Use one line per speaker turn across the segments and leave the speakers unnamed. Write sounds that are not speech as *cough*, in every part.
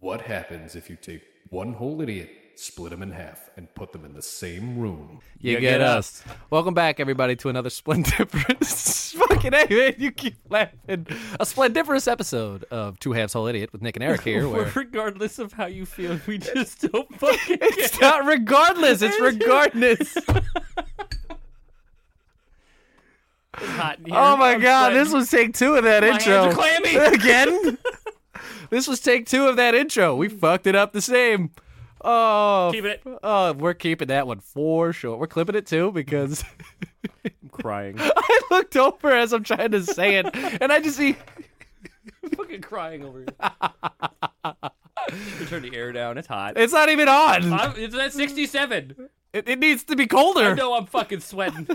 what happens if you take one whole idiot, split them in half, and put them in the same room.
You, get, us. Welcome back, everybody, to another Splendiferous. *laughs* Fucking hey, man, you keep laughing. A Splendiferous episode of Two Halves Whole Idiot with Nick and Eric
*laughs*
here. Where
Regardless of how you feel, we just don't fucking
it's not regardless,
*laughs*
it's regardless.
hot in here.
Oh my
I'm
god,
sweating.
this was take two of that
My hands
intro.
are *laughs*
*laughs*
clammy.
Again? this was take two of that intro. We fucked it up the same. Oh,
Keep it.
oh, we're keeping that one for sure. We're clipping it too because *laughs*
*laughs* I'm crying.
I looked over as I'm trying to say it, and I just see
fucking crying *laughs* over here. You turn the air down. It's hot.
it's not even on.
I'm, it's at 67.
It, it needs to be colder.
No, I'm fucking sweating.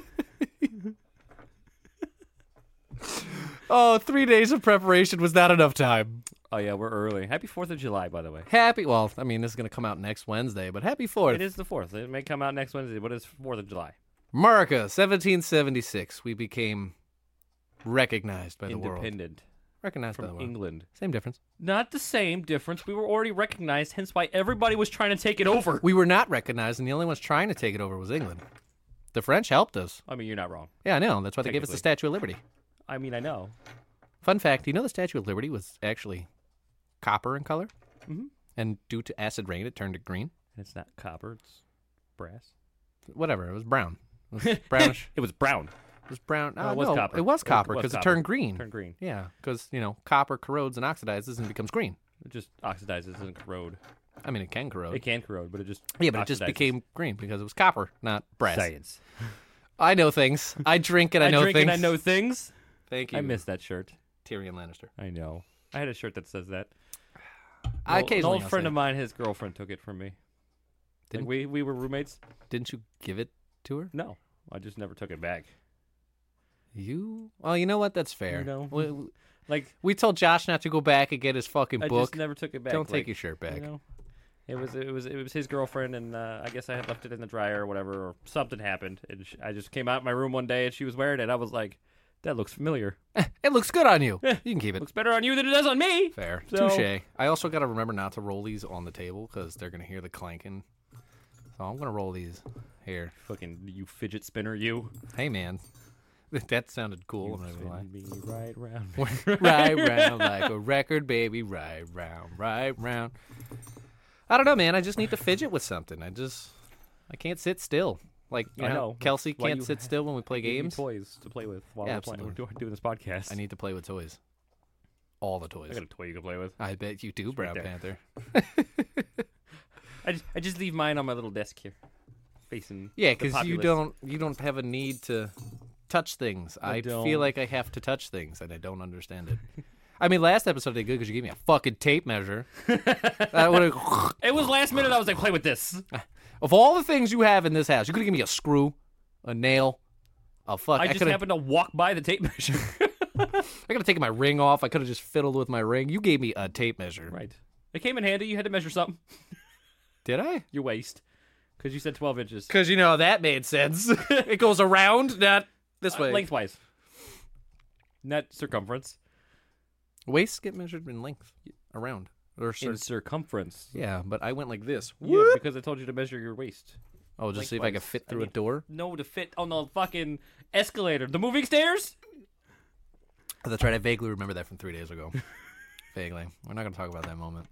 Oh, three days of preparation was not enough time.
*laughs* Oh yeah, we're early. Happy Fourth of July, by the way.
Happy, well, I mean, this is gonna come out next Wednesday, but happy Fourth,
It is the fourth. It may come out next Wednesday, but it's Fourth of July.
America, 1776. We became recognized by the world.
Independent
Recognized by the
from
world.
England.
Same difference.
Not the same difference. We were already recognized, hence why everybody was trying to take it over.
We were not recognized, and the only ones trying to take it over was England. The French helped us.
I mean, you're not wrong.
Yeah, I know. That's why they gave us the Statue of Liberty.
I mean, I know.
Fun fact: You know the Statue of Liberty was actually copper in color,
Mhm.
and due to acid rain, it turned to green.
And it's not copper. It's brass.
Whatever, it was brown. It was *laughs* brownish.
*coughs* It was brown.
it was brown.
No,
uh,
Oh, it was
no,
copper.
It was
It
copper
was
because it,
copper.
turned green.
Turned green.
Yeah, because you know copper corrodes and oxidizes and becomes green.
It just oxidizes and corrode.
I mean, it can corrode.
It can corrode, but it just
yeah, but it just
oxidizes.
became green because it was copper, not brass.
science.
I know things. I drink and I,
*laughs* I,
know
drink
things.
and I know things.
*laughs* Thank you.
I miss that shirt.
Tyrion Lannister.
I know. I had a shirt that says that.
I
An old- an
occasionally
old friend of mine, his girlfriend took it from me. Did
Didn't-
we? We were roommates.
Didn't you give it to her?
No, I just never took it back.
You? Well, you know what? That's fair.
know.
We, we-
Like
we told Josh not to go back and get his fucking
I
book.
just never took it back.
Don't
like,
take your shirt back.
You know, it was it was it was his girlfriend, and uh, I guess I had left it in the dryer or whatever, or something happened, and sh I just came out of my room one day, and she was wearing it. I was like, "That looks familiar.
*laughs* It looks good on
*laughs*
you. You can keep it.
Looks better on you than it does on me."
Fair.
So-
Touche. I also got to remember not to roll these on the table because they're going to hear the clanking. So I'm going to roll these here.
Fucking you fidget spinner, you.
Hey, man. *laughs* That sounded cool. I'm not gonna lie.
Spin me right
*laughs*
round.
right round like a record, baby. Right round, right round. I don't know, man. I just need to fidget with something. I just, I can't sit still. Like you
I
know,
know. That's
Kelsey
why
can't
you
sit still when we play
Give me
games.
toys to play with while
Yeah,
we're, playing, we're
absolutely.
doing doing this podcast.
I need to play with toys. All the toys.
I got a toy you can play with.
I bet you do, Brown
there.
Panther.
I just, I just leave mine on my little desk here, facing.
Yeah,
the
because you
populace.
don't you don't have a need to touch things. I, feel
don't.
like I have to touch things, and I don't understand it. *laughs* I mean, last episode I did good because you gave me a fucking tape
*laughs*
measure. I would have.
It was last minute. I was like, play with *laughs* this.
Of all the things you have in this house, you could have given me a screw, a nail, a fuck. I,
I just
could have.
happened to walk by the tape *laughs* measure.
I could have taken my ring off. I could have just fiddled with my ring. You gave me a tape measure.
right. It came in handy. You had to measure something.
Did I?
Your waist, because you said 12 *laughs* inches.
Because you know that made sense. it goes around, not *laughs*
Uh,
this way.
Lengthwise. Not circumference.
Waists get measured in length, around or cir-
In circumference.
yeah. But I went like this.
Yeah,
Whoop.
because I told you to measure your waist.
Oh, just see if I could
lengthwise.
fit
I
through
mean-
a door.
No, to fit on the fucking escalator. The moving stairs?
That's right. I vaguely remember that from three days ago. *laughs* vaguely. We're not going to talk about that moment.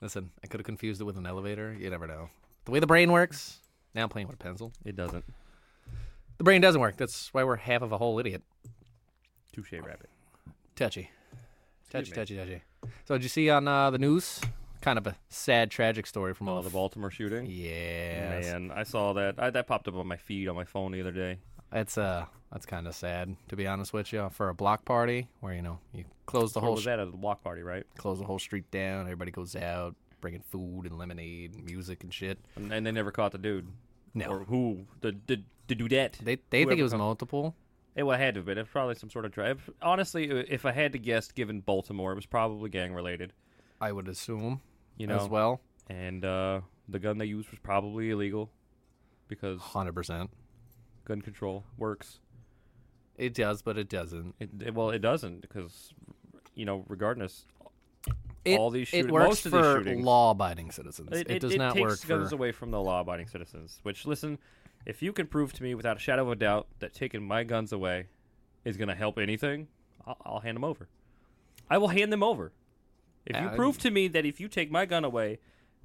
Listen, I could have confused it with an elevator. You never know. The way the brain works. Now I'm playing with a pencil.
It doesn't.
The brain doesn't work. That's why we're half of a whole idiot.
Touche rabbit.
Touchy. Touchy,
me.
touchy, touchy. So, did you see on uh, the news? Kind of a sad, tragic story from all
Oh, the Baltimore shooting?
Yeah.
Man, I saw that. I, that popped up on my feed on my phone the other day.
That's, uh, that's kind of sad, to be honest with you. For a block party where, you know, you close the
Where
whole
was that at the block party, right?
close the whole street down. Everybody goes out, bringing food and lemonade, and music and shit.
And, and they never caught the dude.
No.
Or who? The the, the dudette.
They they think
Whoever
it was
comes-
multiple.
It would- had to have been. It's probably some sort of drive. Honestly, i- if I had to guess, given Baltimore, it was probably gang related.
I would assume
You know.
as well.
And uh, the gun they used was probably illegal because
Hundred percent.
gun control works.
It does, but it doesn't.
It, it- well, it doesn't because you know, regardless,
It,
all these shootings.
it works
most of these
for
shootings.
law-abiding citizens. It, does not
takes
work
guns
for.
away from the law-abiding citizens. Which, listen, if you can prove to me without a shadow of a doubt that taking my guns away is going to help anything, I'll, I'll hand them over. I will hand them over. If
Yeah,
you
I-
prove to me that if you take my gun away,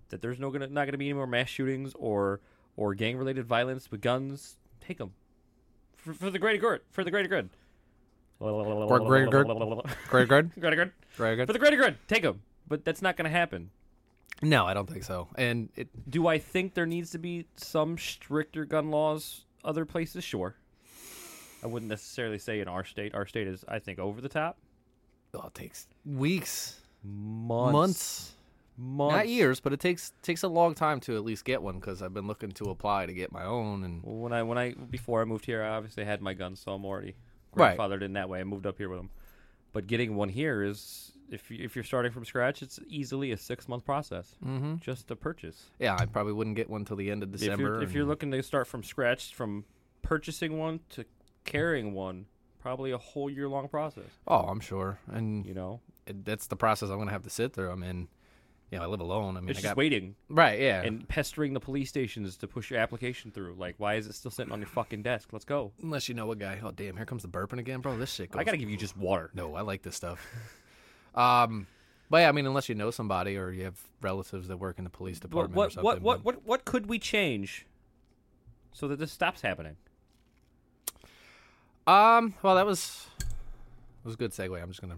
that there's no gonna, not going to be any more mass shootings or or gang-related violence with guns, take them for, for the greater good. For the greater good.
greater good? Credit card?
Greater good.
Credit
For
card?
the greater good. Take them. But that's not going to happen.
No, I don't think so. And it,
Do I think there needs to be some stricter gun laws other places? Sure. I wouldn't necessarily say in our state. Our state is, I think, over the top.
oh, it takes weeks,
Months.
months,
Months.
not years, but it takes takes a long time to at least get one because I've been looking to apply to get my own. And
When I when I before I moved here, I obviously had my guns, so I'm already
Right.
grandfathered in that way. I moved up here with them. But getting one here is if you, if you're starting from scratch, it's easily a six month process
Mm-hmm.
just to purchase.
yeah, I probably wouldn't get one till the end of December.
If you're, if
and-
you're looking to start from scratch, from purchasing one to carrying one, probably a whole year long process.
oh, I'm sure. And
You know,
it, that's the process I'm gonna have to sit through. I mean, you know, I live alone. I mean,
it's
I
just
got
waiting
right, yeah.
and pestering the police stations to push your application through. Like, why is it still sitting on your fucking desk? Let's go.
Unless you know a guy. Oh, damn! Here comes the burping again, bro. This shit. Goes
I gotta give you just water.
No, I like this stuff. *laughs* um, but yeah, I mean, unless you know somebody or you have relatives that work in the police
What
department or
what
something.
what what,
but-
what what could we change so that this stops happening?
Um, well, that was was a good segue. I'm just gonna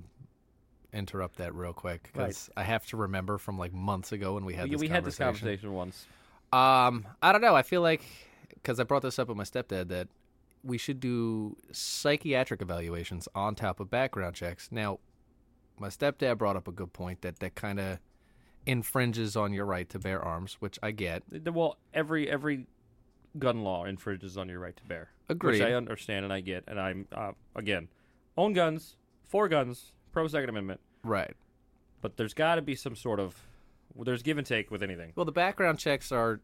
interrupt that real quick because I have to remember from like months ago when we had
We,
this
we
conversation.
had this conversation once.
Um, I don't know. I feel like because I brought this up with my stepdad that we should do psychiatric evaluations on top of background checks. Now, my stepdad brought up a good point that that kind of infringes on your right to bear arms, which I get.
Th- Well, every every gun law infringes on your right to bear.
Agreed.
Which I understand and I get, and I'm uh, again, own guns, for guns, pro Second Amendment.
Right.
But there's got to be some sort of there's give and take with anything.
Well, the background checks are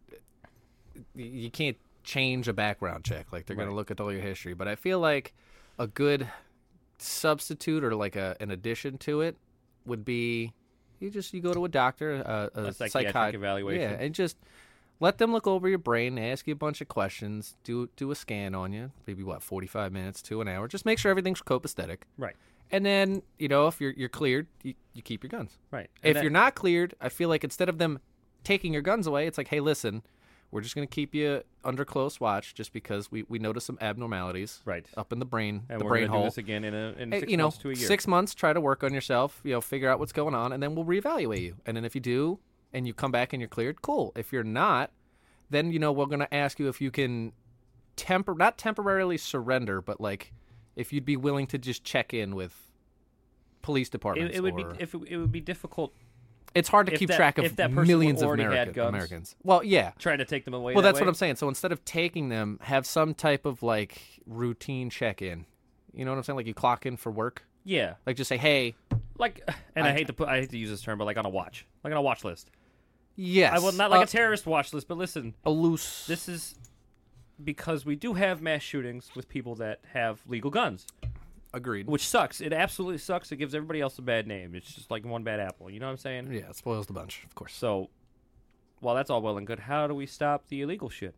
y- you can't change a background check. Like they're going to
Right.
look at all your history, but I feel like a good substitute or like a, an addition to it would be you just you go to a doctor, a, a,
A psychiatric
psychi-
evaluation.
yeah, and just let them look over your brain, ask you a bunch of questions, do do a scan on you, maybe what forty five minutes to an hour, just make sure everything's copacetic,
Right.
and then you know if you're you're cleared, you, you keep your guns
Right.
if
And that-
you're not cleared, I feel like instead of them taking your guns away, it's like, hey, listen, we're just going to keep you under close watch just because we, we notice some abnormalities
right,
up in the brain,
and
the
we're
brain
gonna do
hole.
this again in a in
Hey,
six
you know,
months to a year.
six months, try to work on yourself, you know, figure out what's going on, and then we'll reevaluate you. And then if you do and you come back and you're cleared, cool. If you're not, then, you know, we're going to ask you if you can temper, not temporarily surrender, but like if you'd be willing to just check in with police
It,
departments.
it would be
or-
if it, it would be difficult
it's hard to
If
keep
that-
track
if
of
that person
millions of
already had
American,
guns.
Americans. Well, yeah.
trying to take them away.
Well,
that
that's what
way.
I'm saying. So instead of taking them, have some type of like routine check in. You know what I'm saying? Like you clock in for work.
Yeah,
Like just say, hey, *laughs*
like, and I, hate to put I hate to use this term, but like on a watch, like on a watch list.
yes.
I will not like
uh,
a terrorist watch list, but listen,
a loose.
this is because we do have mass shootings with people that have legal guns,
agreed.
which sucks. It absolutely sucks. It gives everybody else a bad name. It's just like one bad apple. You know what I'm saying?
yeah, it spoils the bunch, of course.
So, while that's all well and good, how do we stop the illegal shit?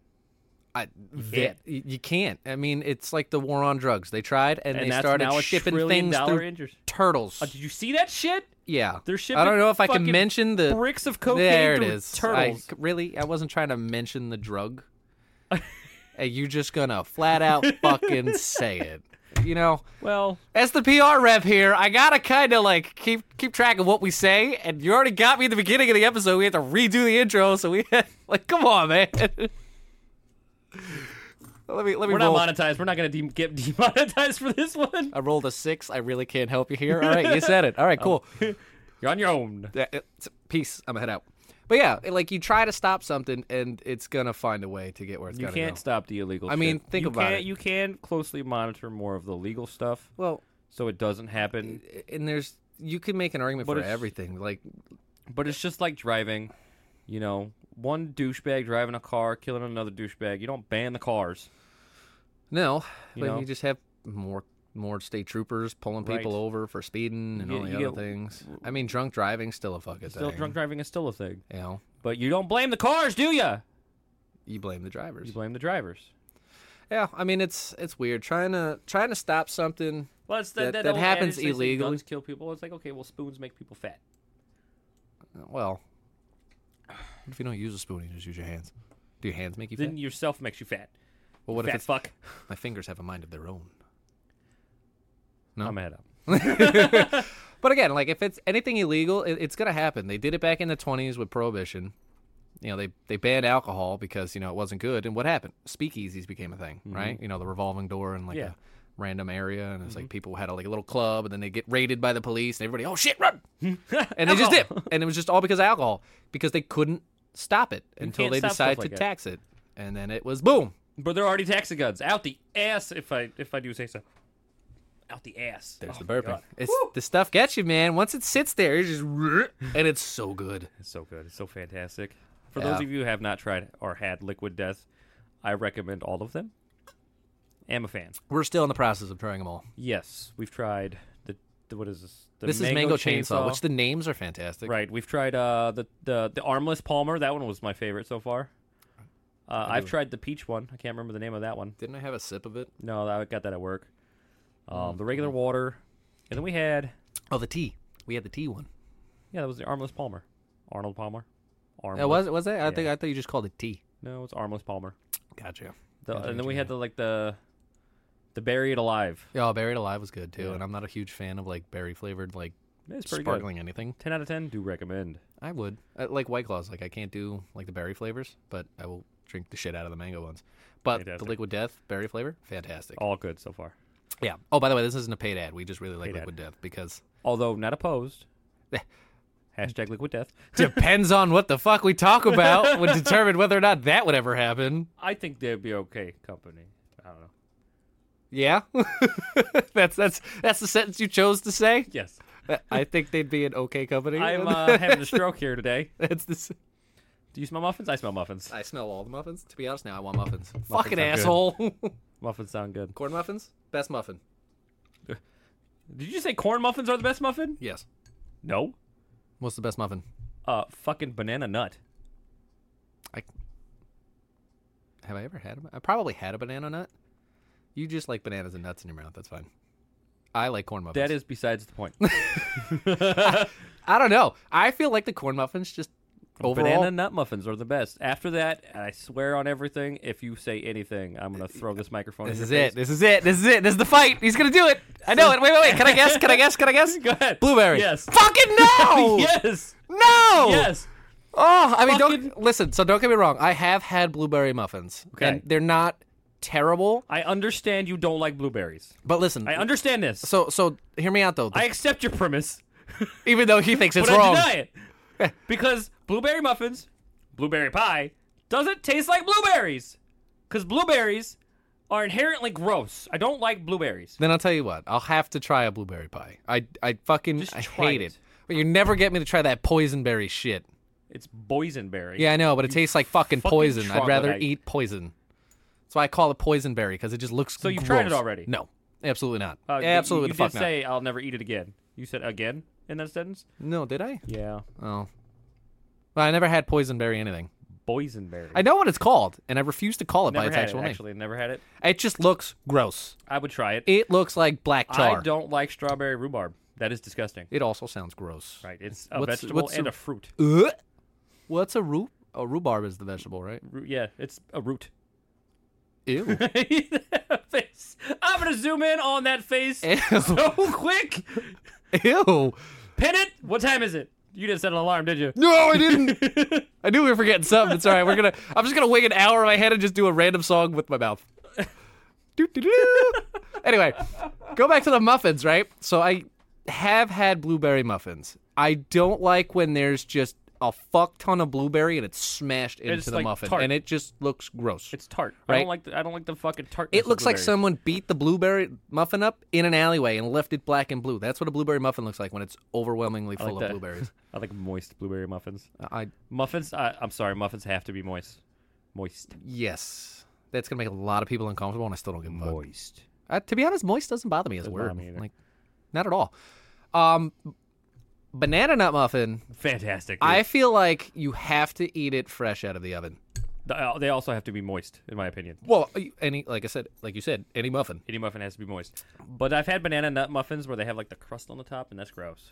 I, that, y- you can't. I mean, it's like the war on drugs. They tried and,
And
they
that's
started
now a
shipping
trillion
things
dollar
through
injuries.
turtles.
Uh, did you see that shit?
yeah,
They're
I
shipping
don't know if I can
fucking
mention the
bricks of cocaine
There it
through
is.
turtles.
I, really, I wasn't trying to mention the
*laughs*
drug. Hey, you're just gonna flat out fucking say it. You know,
Well,
as the PR rep here, I gotta kind of like keep keep track of what we say. And you already got me at the beginning of the episode. We had to redo the intro, so we *laughs* like, come on, man. *laughs* let me let me
we're
roll.
not monetized. We're not going to de- get *laughs* demonetized for this one.
I rolled a six. I really can't help you here. All right, you said it. All
*laughs* Oh.
right, cool.
You're on your own.
Yeah, it's- peace. I'm gonna head out. But yeah, it- like you try to stop something, and it's gonna find a way to get where it's
You
gotta
can't
go.
stop the illegal.
I mean,
shit.
think
you
about
can,
it.
You can closely monitor more of the legal stuff,
Well,
so it doesn't happen.
and there's you can make an argument
But
for
it's-
everything. Like
But it's just like driving. You know, one douchebag driving a car, killing another douchebag. You don't ban the cars.
no,
You
but
know?
you just have more more state troopers pulling people
Right.
over for speeding and
You
all
get-
the
you
other
get-
things. I mean, drunk driving's still a fucking
Still,
thing.
drunk driving is still a thing.
you know,
But you don't blame the cars, do ya?
you blame the drivers.
You blame the drivers.
yeah, I mean, it's it's weird trying to trying to stop something.
Well, it's
That- that
old
happens
adage, they say
illegally.
Guns kill people. It's like okay, well, spoons make people fat.
Well, *sighs* what if you don't use a spoon, you just use your hands. Do your hands make you
Then
fat?
yourself makes you fat.
Well, what
fat
if it's,
fuck?
my fingers have a mind of their own? No.
I'm head up.
But again, like if it's anything illegal, it, it's gonna happen. They did it back in the twenties with prohibition. You know, they they banned alcohol because you know it wasn't good. And what happened? Speakeasies became a thing, right? You know, the revolving door and like
Mm-hmm. Yeah. Mm-hmm.
a random area, and it's like people had like a little club, and then they get raided by the police, and everybody, oh shit,
*laughs*
run! and they just did, and it was just all because of alcohol because they couldn't stop it until
can't
they
stop stuff
decided
like
to
that.
tax it, and then it was boom.
But they're already taxi guns out the ass. If I if I do say so, out the ass.
There's
Oh
the
my
burping.
God.
It's the stuff gets you, man. Once it sits there, it's just *laughs* and it's so good.
It's so good. It's so fantastic. For
Yeah.
those of you who have not tried or had Liquid Death, I recommend all of them. Am a fan.
We're still in the process of trying them all.
Yes, we've tried the, the what is this? The
this is Mango Chainsaw, which the names are fantastic.
right. We've tried uh, the the the armless Palmer. That one was my favorite so far. Uh, I've tried the peach one. I can't remember the name of that one.
Didn't I have a sip of it?
No, I got that at work.
Mm.
Um, the regular water, and then we had
Oh, the tea. We had the tea one.
yeah, that was the armless Palmer, Arnold Palmer. Armless.
Uh, was it? Was it? I think I thought you just called it tea.
No, it's armless Palmer.
Gotcha.
The,
Gotcha,
and then
gotcha,
we had the like the the buried alive.
Yeah, Buried Alive was good too, and I'm not a huge fan of like berry flavored like
It's pretty good.
sparkling anything.
Ten out of ten. Do recommend.
I would I, like White Claws. Like I can't do like the berry flavors, but I will drink the shit out of the mango ones. But the
Fantastic. Oh.
Liquid Death berry flavor, fantastic.
All good so far.
Yeah. Oh, by the way, this isn't a paid ad. We just really like
Paid ad.
Liquid Death
*laughs*
because
Although not *laughs* opposed. Hashtag liquid death.
depends on what the fuck we talk about would determine whether or not that would ever happen.
I think they'd be okay company. I don't know.
Yeah, *laughs* that's that's that's the sentence you chose to say.
Yes,
I think they'd be an okay company. *laughs*
I'm uh, having a stroke here today.
that's the. s-
Do you smell muffins? I smell muffins.
I smell all the muffins. To be honest, now I want muffins.
are
Fucking
good.
asshole. *laughs*
Muffins sound good.
Corn muffins, best muffin.
Did you say corn muffins are the best muffin?
Yes.
No.
What's the best muffin?
Uh, fucking banana nut.
I have I ever had. A, I probably had a banana nut. You just like bananas and nuts in your mouth. That's fine. I like corn muffins.
That is besides the point.
I don't know. I feel like the corn muffins just overall.
Banana nut muffins are the best. After that, and I swear on everything, if you say anything, I'm gonna throw this microphone.
This
in
is
your
it. This is it. This is it. This is the fight. He's gonna do it. I know it. Wait, wait, wait. Can I guess? Can I guess? Can I guess?
*laughs* Go ahead.
Blueberry.
Yes.
Fucking no.
face. *laughs* yes.
No.
Yes.
Oh, I mean, don't
Fucking-
listen. So don't get me wrong. I have had blueberry muffins,
Okay.
and they're not terrible.
I understand you don't like blueberries.
But listen,
I understand this.
so so hear me out though.
I accept your premise, *laughs*
Even though he thinks it's
but
wrong,
I
*laughs*
deny it because blueberry muffins, blueberry pie, doesn't taste like blueberries because blueberries are inherently gross. I don't like blueberries.
then I'll tell you what. I'll have to try a blueberry pie. I I fucking
Just
I
try
hate
it.
it. But you never get me to try that poison berry shit.
It's boysenberry.
Yeah, I know, but it tastes like fucking,
fucking
poison. I'd rather
troglodyte.
eat poison. That's why I call it poison berry because it just looks. So
you've tried it already?
No, absolutely not.
Uh, you-
absolutely
You,
the fuck
did
not.
say I'll never eat it again. You said again in that sentence.
no, did I?
Yeah,
Oh, well, I never had poison berry anything.
boysenberry.
I know what it's called, and I refuse to call it by
never
its
had
actual
it,
name.
actually. Never had it.
It just looks gross.
I would try it.
It looks like black tar.
I don't like strawberry rhubarb. That is disgusting.
It also sounds gross.
Right. It's a
What's-
vegetable
what's
and
the-
a fruit.
Ugh. What's a root? A rhubarb is the vegetable, right?
Ru- Yeah, it's a root. *laughs*
Ew. *laughs*
face. I'm gonna zoom in on that face
Ew.
*laughs* so quick.
Ew.
Pin it. What time is it? You didn't set an alarm, did you?
No, I didn't. *laughs* I knew we were forgetting something. It's all right. We're gonna. I'm just gonna wing an hour in my head and just do a random song with my *laughs* mouth. Doo-doo-doo. anyway, go back to the muffins, right? So I have had blueberry muffins. I don't like when there's just a fuck ton of blueberry and it's smashed into
It's
the
like
muffin,
tart.
and it just looks gross.
It's tart. I
Right.
don't like. The, I don't like the fucking tart.
It looks like someone beat the blueberry muffin up in an alleyway and left it black and blue. That's what a blueberry muffin looks like when it's overwhelmingly full
like
of
that.
*laughs* blueberries.
*laughs* I like moist blueberry muffins.
I
Muffins. I, I'm sorry. Muffins have to be moist. Moist.
yes, that's gonna make a lot of people uncomfortable, and I still don't give a fuck.
Moist.
Uh, to be honest, moist doesn't bother me as a
Doesn't
word.
bother me either.
like, not at all. Um, banana nut muffin.
Fantastic.
I feel like you have to eat it fresh out of the oven.
They- uh, They also have to be moist, in my opinion.
Well, any like I said, like you said, any muffin.
Any muffin has to be moist. But I've had banana nut muffins where they have like the crust on the top, and that's gross.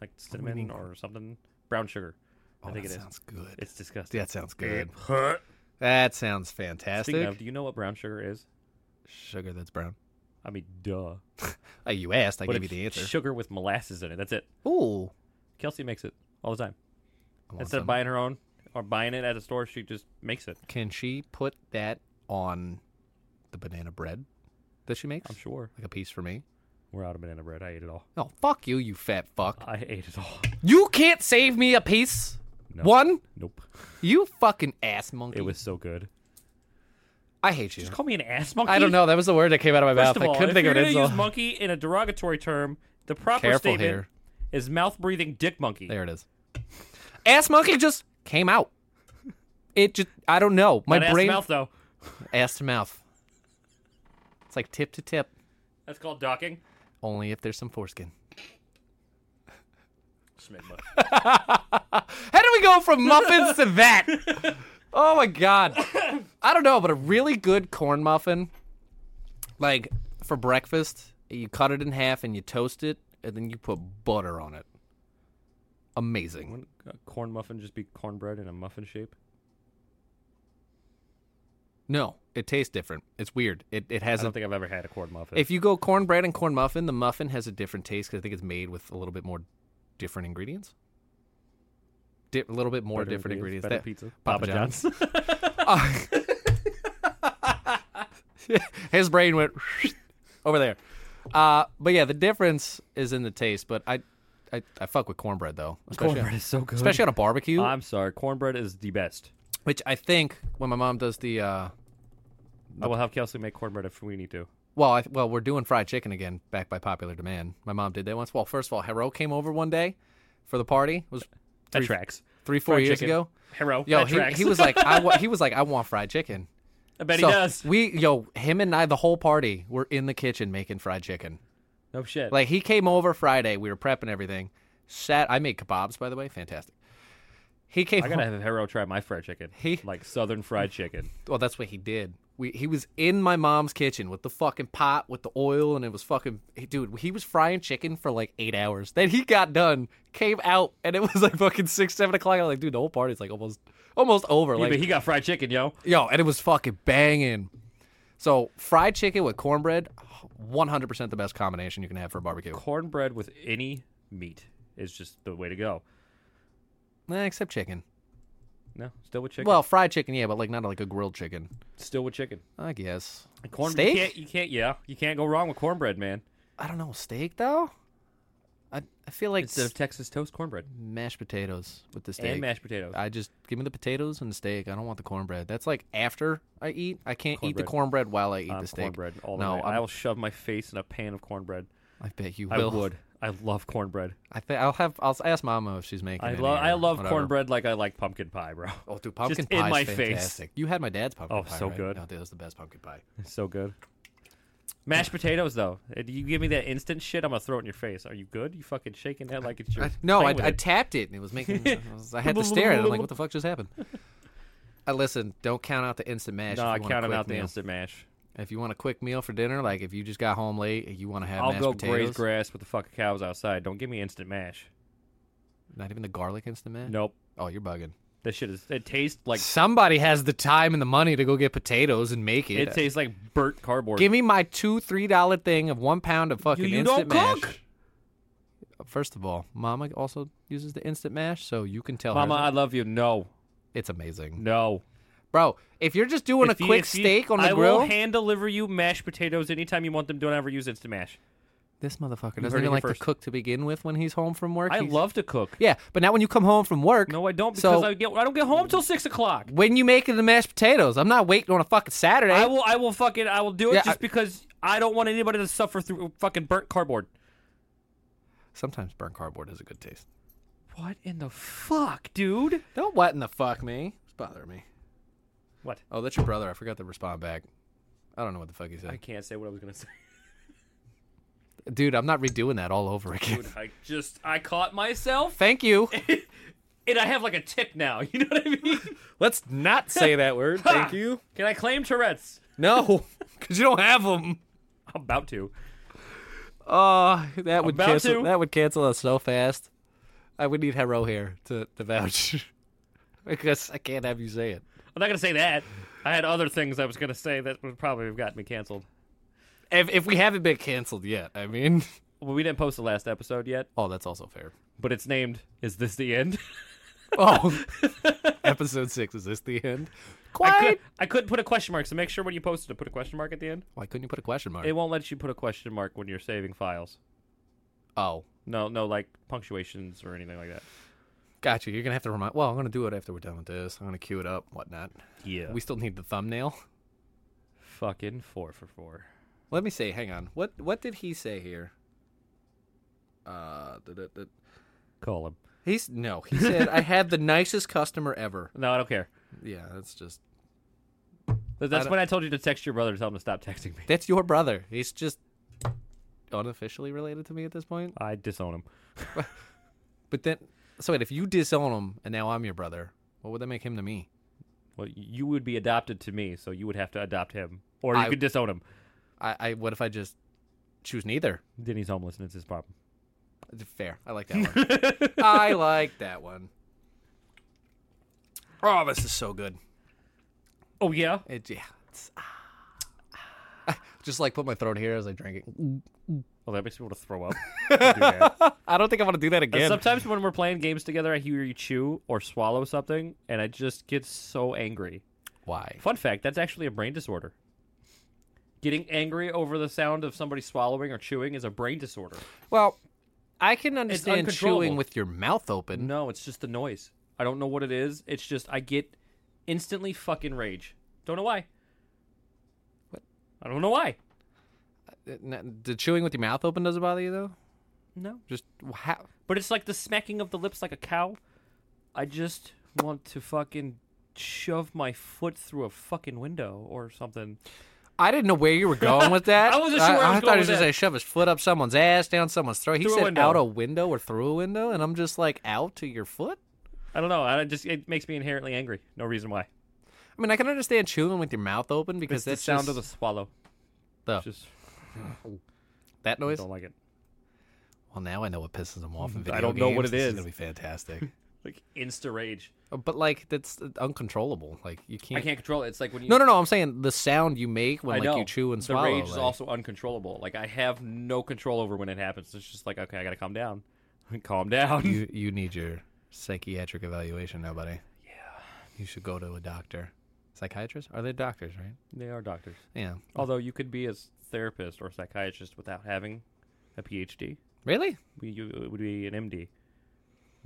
Like cinnamon or something, brown sugar. I think it is.
Oh, sounds good.
It's disgusting.
That sounds good. That sounds fantastic.
Speaking of, do you know what brown sugar is?
Sugar that's brown.
I mean, duh.
Oh, you asked. I
But
gave you
it's
the answer.
Sugar with molasses in it. That's it.
Ooh.
Kelsey makes it all the time.
I want
Instead of
some.
buying her own or buying it at a store, she just makes it.
Can she put that on the banana bread that she makes?
I'm sure.
Like a piece for me?
We're out of banana bread. I ate it all.
No, Oh, fuck you, you fat fuck.
I ate it all.
You can't save me a piece.
No.
One,
Nope.
you fucking ass monkey.
It was so good.
I hate you.
Just call me an ass monkey.
I don't know. That was the word that came out of my mouth.
First of all,
I couldn't
if
think
you're
of an
gonna
insult.
use monkey in a derogatory term, the proper
Careful
statement
here.
is mouth breathing dick monkey.
There it is. Ass monkey just came out. It just I don't know. My
Not ass to
brain
mouth though.
ass to mouth. It's like tip to tip,
That's called docking.
only if there's some foreskin. How do we go from muffins to
*laughs*
that? Oh my god. I don't know, but a really good corn muffin, like for breakfast, you cut it in half and you toast it, and then you put butter on it. Amazing.
*laughs* Wouldn't a corn muffin just be cornbread in a muffin shape?
No, it tastes different. It's weird. It it has
I
a
don't think I've ever had a corn muffin.
If you go cornbread and corn muffin, the muffin has a different taste because I think it's made with a little bit more different ingredients. Di- a little bit more
Better
different ingredients.
better
That-
pizza.
Papa *laughs* His brain went over there. Uh, but yeah, the difference is in the taste. But I, I, I fuck with *laughs* cornbread though, especially,
cornbread Uh, is so good.
especially on a barbecue.
I'm sorry, cornbread is the best.
which I think when my mom does the, uh,
I will have Kelsey make cornbread if we need to.
well, I, well, we're doing fried chicken again, back by popular demand. My mom did that once. Well, first of all, Hero came over one day for the party. It was
That
Three-
tracks.
three, four
Fried
years
chicken.
ago.
Hero.
Yo,
that
he,
tracks.
he was like, I wa- he was like, I want fried chicken.
I bet
So
he does.
We, yo, him and I, the whole party, were in the kitchen making fried chicken.
No shit.
Like he came over Friday, we were prepping everything. Sat, I made kebabs by the way, fantastic. He came.
I gotta
home-
have Hero try my fried chicken.
He-
like southern fried *laughs* chicken.
well, that's what he did. We, he was in my mom's kitchen with the fucking pot with the oil, and it was fucking he- dude. He was frying chicken for like eight hours. Then he got done, came out, and it was like fucking six, seven o'clock. I'm like, dude, the whole party's like almost, almost over.
Yeah,
Like
but he got fried chicken, yo.
Yo, and it was fucking banging. So fried chicken with cornbread, 100% the best combination you can have for a barbecue.
Cornbread with any meat is just the way to go.
Eh, except chicken.
No, still with chicken.
Well, fried chicken, yeah, but like not like a grilled chicken.
still with chicken.
I guess.
Corn
Steak?
You can't, you can't. Yeah, you can't go wrong with cornbread, man.
I don't know, steak though? I, I feel like
Instead
s-
of Texas toast, cornbread
mashed potatoes with the steak.
and mashed potatoes.
I just give me the potatoes and the steak. I don't want the cornbread. That's like after I eat. I can't eat the cornbread while I eat
I'm
the steak.
cornbread all the
no,
way.
I'm-
I will shove my face in a pan of cornbread.
I bet you
I
will.
would. I love cornbread.
I think I'll have. I'll ask Mama if she's making.
I
any
love.
or
I love
whatever.
cornbread like I like pumpkin pie, bro.
Oh, dude, pumpkin
Just
pie
in my
is
face.
fantastic. You had my dad's pumpkin
Oh,
pie.
so
right?
good.
No, dude, that's the best pumpkin pie.
It's so good. Mashed potatoes, though. If You give me that instant shit, I'm gonna throw it in your face. Are you good? You fucking shaking that like it's your.
no, I,
playing with
I
it.
tapped it and it was making. I, was- I had to stare at it. I'm like, what the fuck just
*laughs*
happened? I listen. Don't count out the instant mash.
no,
if
I
you want a
counted
quick
out the
meal.
instant mash.
If you want a quick meal for dinner, like if you just got home late, you want to have
I'll
mashed
go
potatoes.
graze grass with the fucking cows outside. Don't give me instant mash.
Not even the garlic instant mash.
Nope.
Oh, you're bugging.
This shit is. It tastes like.
Somebody has the time and the money to go get potatoes and make it.
It tastes like burnt cardboard.
Give me my two, three dollar thing of one pound of fucking
you
instant
don't
mash. Uh, First of all, Mama also uses the instant mash, so you can tell
Mama,
her
I love you. No,
it's amazing,
no.
bro. If you're just doing
If
a
you-
quick
if you-
steak on the
I
grill,
will hand deliver you mashed potatoes anytime you want them. Don't ever use instant mash.
this motherfucker
heard
doesn't even
it here
like
first.
to cook to begin with when he's home from work.
I
He's-
love to cook.
yeah, but now when you come home from work,
No, I don't because
So-
I get. I don't get home till six o'clock.
when you making the mashed potatoes, I'm not waiting on a fucking Saturday.
I will. I will fucking. I will do it
Yeah,
just
I-
because I don't want anybody to suffer through fucking burnt cardboard.
Sometimes burnt cardboard is a good taste.
What in the fuck, dude?
Don't what in the fuck me. It's bothering me.
What?
Oh, that's your brother. I forgot to respond back. I don't know what the fuck he said.
I can't say what I was gonna say.
Dude, I'm not redoing that all over again.
Dude, I just I caught
*laughs*
myself,
Thank
*laughs*
you.
and I have like a tick now. *laughs* You know what I mean?
Let's not say that
*laughs*
word. Thank you.
Can I claim Tourette's?
No.
Because you don't have them.
I'm about to.
Oh, that would
About
cancel.
to.
That would cancel us so fast. I would need Hero here to, to vouch. *laughs* because I can't have you say it.
I'm not gonna say that. I had other things I was gonna say that would probably have gotten me canceled.
If, if we haven't been canceled yet, I mean. *laughs*
Well, we didn't post the last episode yet,
Oh, that's also fair.
but it's named "Is This the End?" *laughs*
Oh, episode six. Is this the end? Quite.
I, could, I could put a question mark, so make sure when you post it to put a question mark at the end.
Why couldn't you put a question mark?
It won't let you put a question mark when you're saving files.
oh,
No, no, like punctuations or anything like that.
gotcha. You're gonna have to remind. Well, I'm gonna do it after we're done with this. I'm gonna queue it up, whatnot.
Yeah.
We still need the thumbnail.
fucking four for four.
Let me say. Hang on. What What did he say here? Uh, da, da, da.
Call him.
he's no. He said I had the nicest customer ever.
No, I don't care.
Yeah, that's just
Th- That's
don't-
when I told you to text your brother to tell him to stop texting me.
that's your brother. He's just unofficially related to me at this point.
*laughs* I disown him.
But then, so wait, if you disown him and now I'm your brother, what would that make him to me?
Well, you would be adopted to me, so you would have to adopt him, or you
I-
could disown him.
I, I what if I just choose neither?
Then he's homeless, and it's his problem.
Fair. I like that *laughs* one. I like that one. Oh, this is so good.
*laughs* Oh yeah.
It, yeah. It's- ah, *laughs* just like put my throat here as I drink it. *laughs*
Well, that makes me want to throw *laughs* up. Do that.
I don't think I want to do that
And
again.
sometimes when we're playing games together, I hear you chew or swallow something, and I just get so angry.
Why?
Fun fact: that's actually a brain disorder. Getting angry over the sound of somebody swallowing or chewing is a brain disorder.
Well, I can understand
uncontrollable.
chewing with your mouth open.
No, it's just the noise. I don't know what it is. It's just I get instantly fucking rage. Don't know why.
What?
I don't know why.
Uh, n- The chewing with your mouth open doesn't bother you though.
No.
Just how?
But it's like the smacking of the lips like a cow. I just want to fucking shove my foot through a fucking window or something.
I didn't know where you were going with that.
*laughs* I wasn't sure where I was
thought
going
he was
with
gonna say
that.
shove his foot up someone's ass, down someone's throat. He
Through a
said
window.
out a window or through a window, and I'm just like out to your foot.
I don't know. I just it makes me inherently angry. No reason why.
I mean, I can understand chewing with your mouth open because
It's the
that's
sound of
just
the swallow.
the-
Just
that noise.
don't like it.
Well, now I know what pisses him off. In video
I don't know what
games.
it
This
is.
gonna be fantastic. *laughs*
Like insta rage.
Uh, but like that's uh, uncontrollable. Like you can't.
I can't control it. It's like when you
No, no, no. I'm saying the sound you make when
I
like
know.
you chew and
the
swallow.
rage is
like-
also uncontrollable. Like I have no control over when it happens. It's just like okay, I gotta calm down. *laughs* calm down.
you you need your psychiatric evaluation now, buddy. Yeah. You should go to a doctor. Psychiatrists are they doctors, right?
*laughs* they are doctors.
Yeah.
Although you could be a therapist or psychiatrist without having a PhD.
Really?
We- You it would be an MD,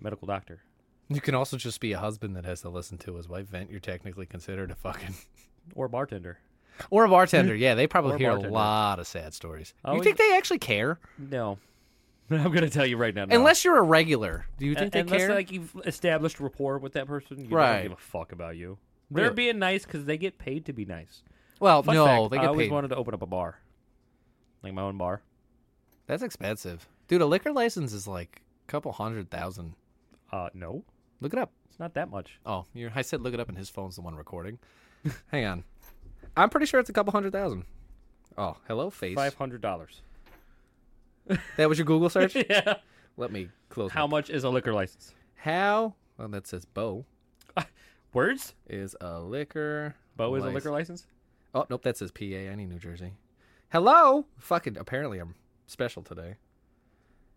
medical doctor.
You can also just be a husband that has to listen to his wife vent. You're technically considered a fucking *laughs*
Or bartender.
or a bartender. Yeah, they probably
Hmm. Or a
hear a
bartender.
lot of sad stories.
Oh,
you think they actually care?
No. *laughs* I'm going to tell you right now. No.
Unless you're a regular, do you
A-
think they
unless,
care?
like you've established rapport with that person, you
Right.
don't give a fuck about you.
Really?
They're being nice because they get paid to be nice.
well,
Fun
no,
fact,
they
I
get
always
paid.
wanted to open up a bar, like my own bar.
That's expensive, dude. A liquor license is like a couple hundred thousand.
Uh, no,
Look it up.
it's not that much.
Oh, you're, I said look it up, and his phone's the one recording. *laughs* Hang on, I'm pretty sure it's a couple hundred thousand. Oh, hello, face.
Five hundred dollars.
That was your Google search.
*laughs* yeah.
Let me close.
How
How?
much is a liquor license?
How? Well, that says Bo
Words?
is a liquor.
Bo is a
lic-
liquor license.
Oh nope, that says PA. I need New Jersey. Hello. Fucking. Apparently, I'm special today.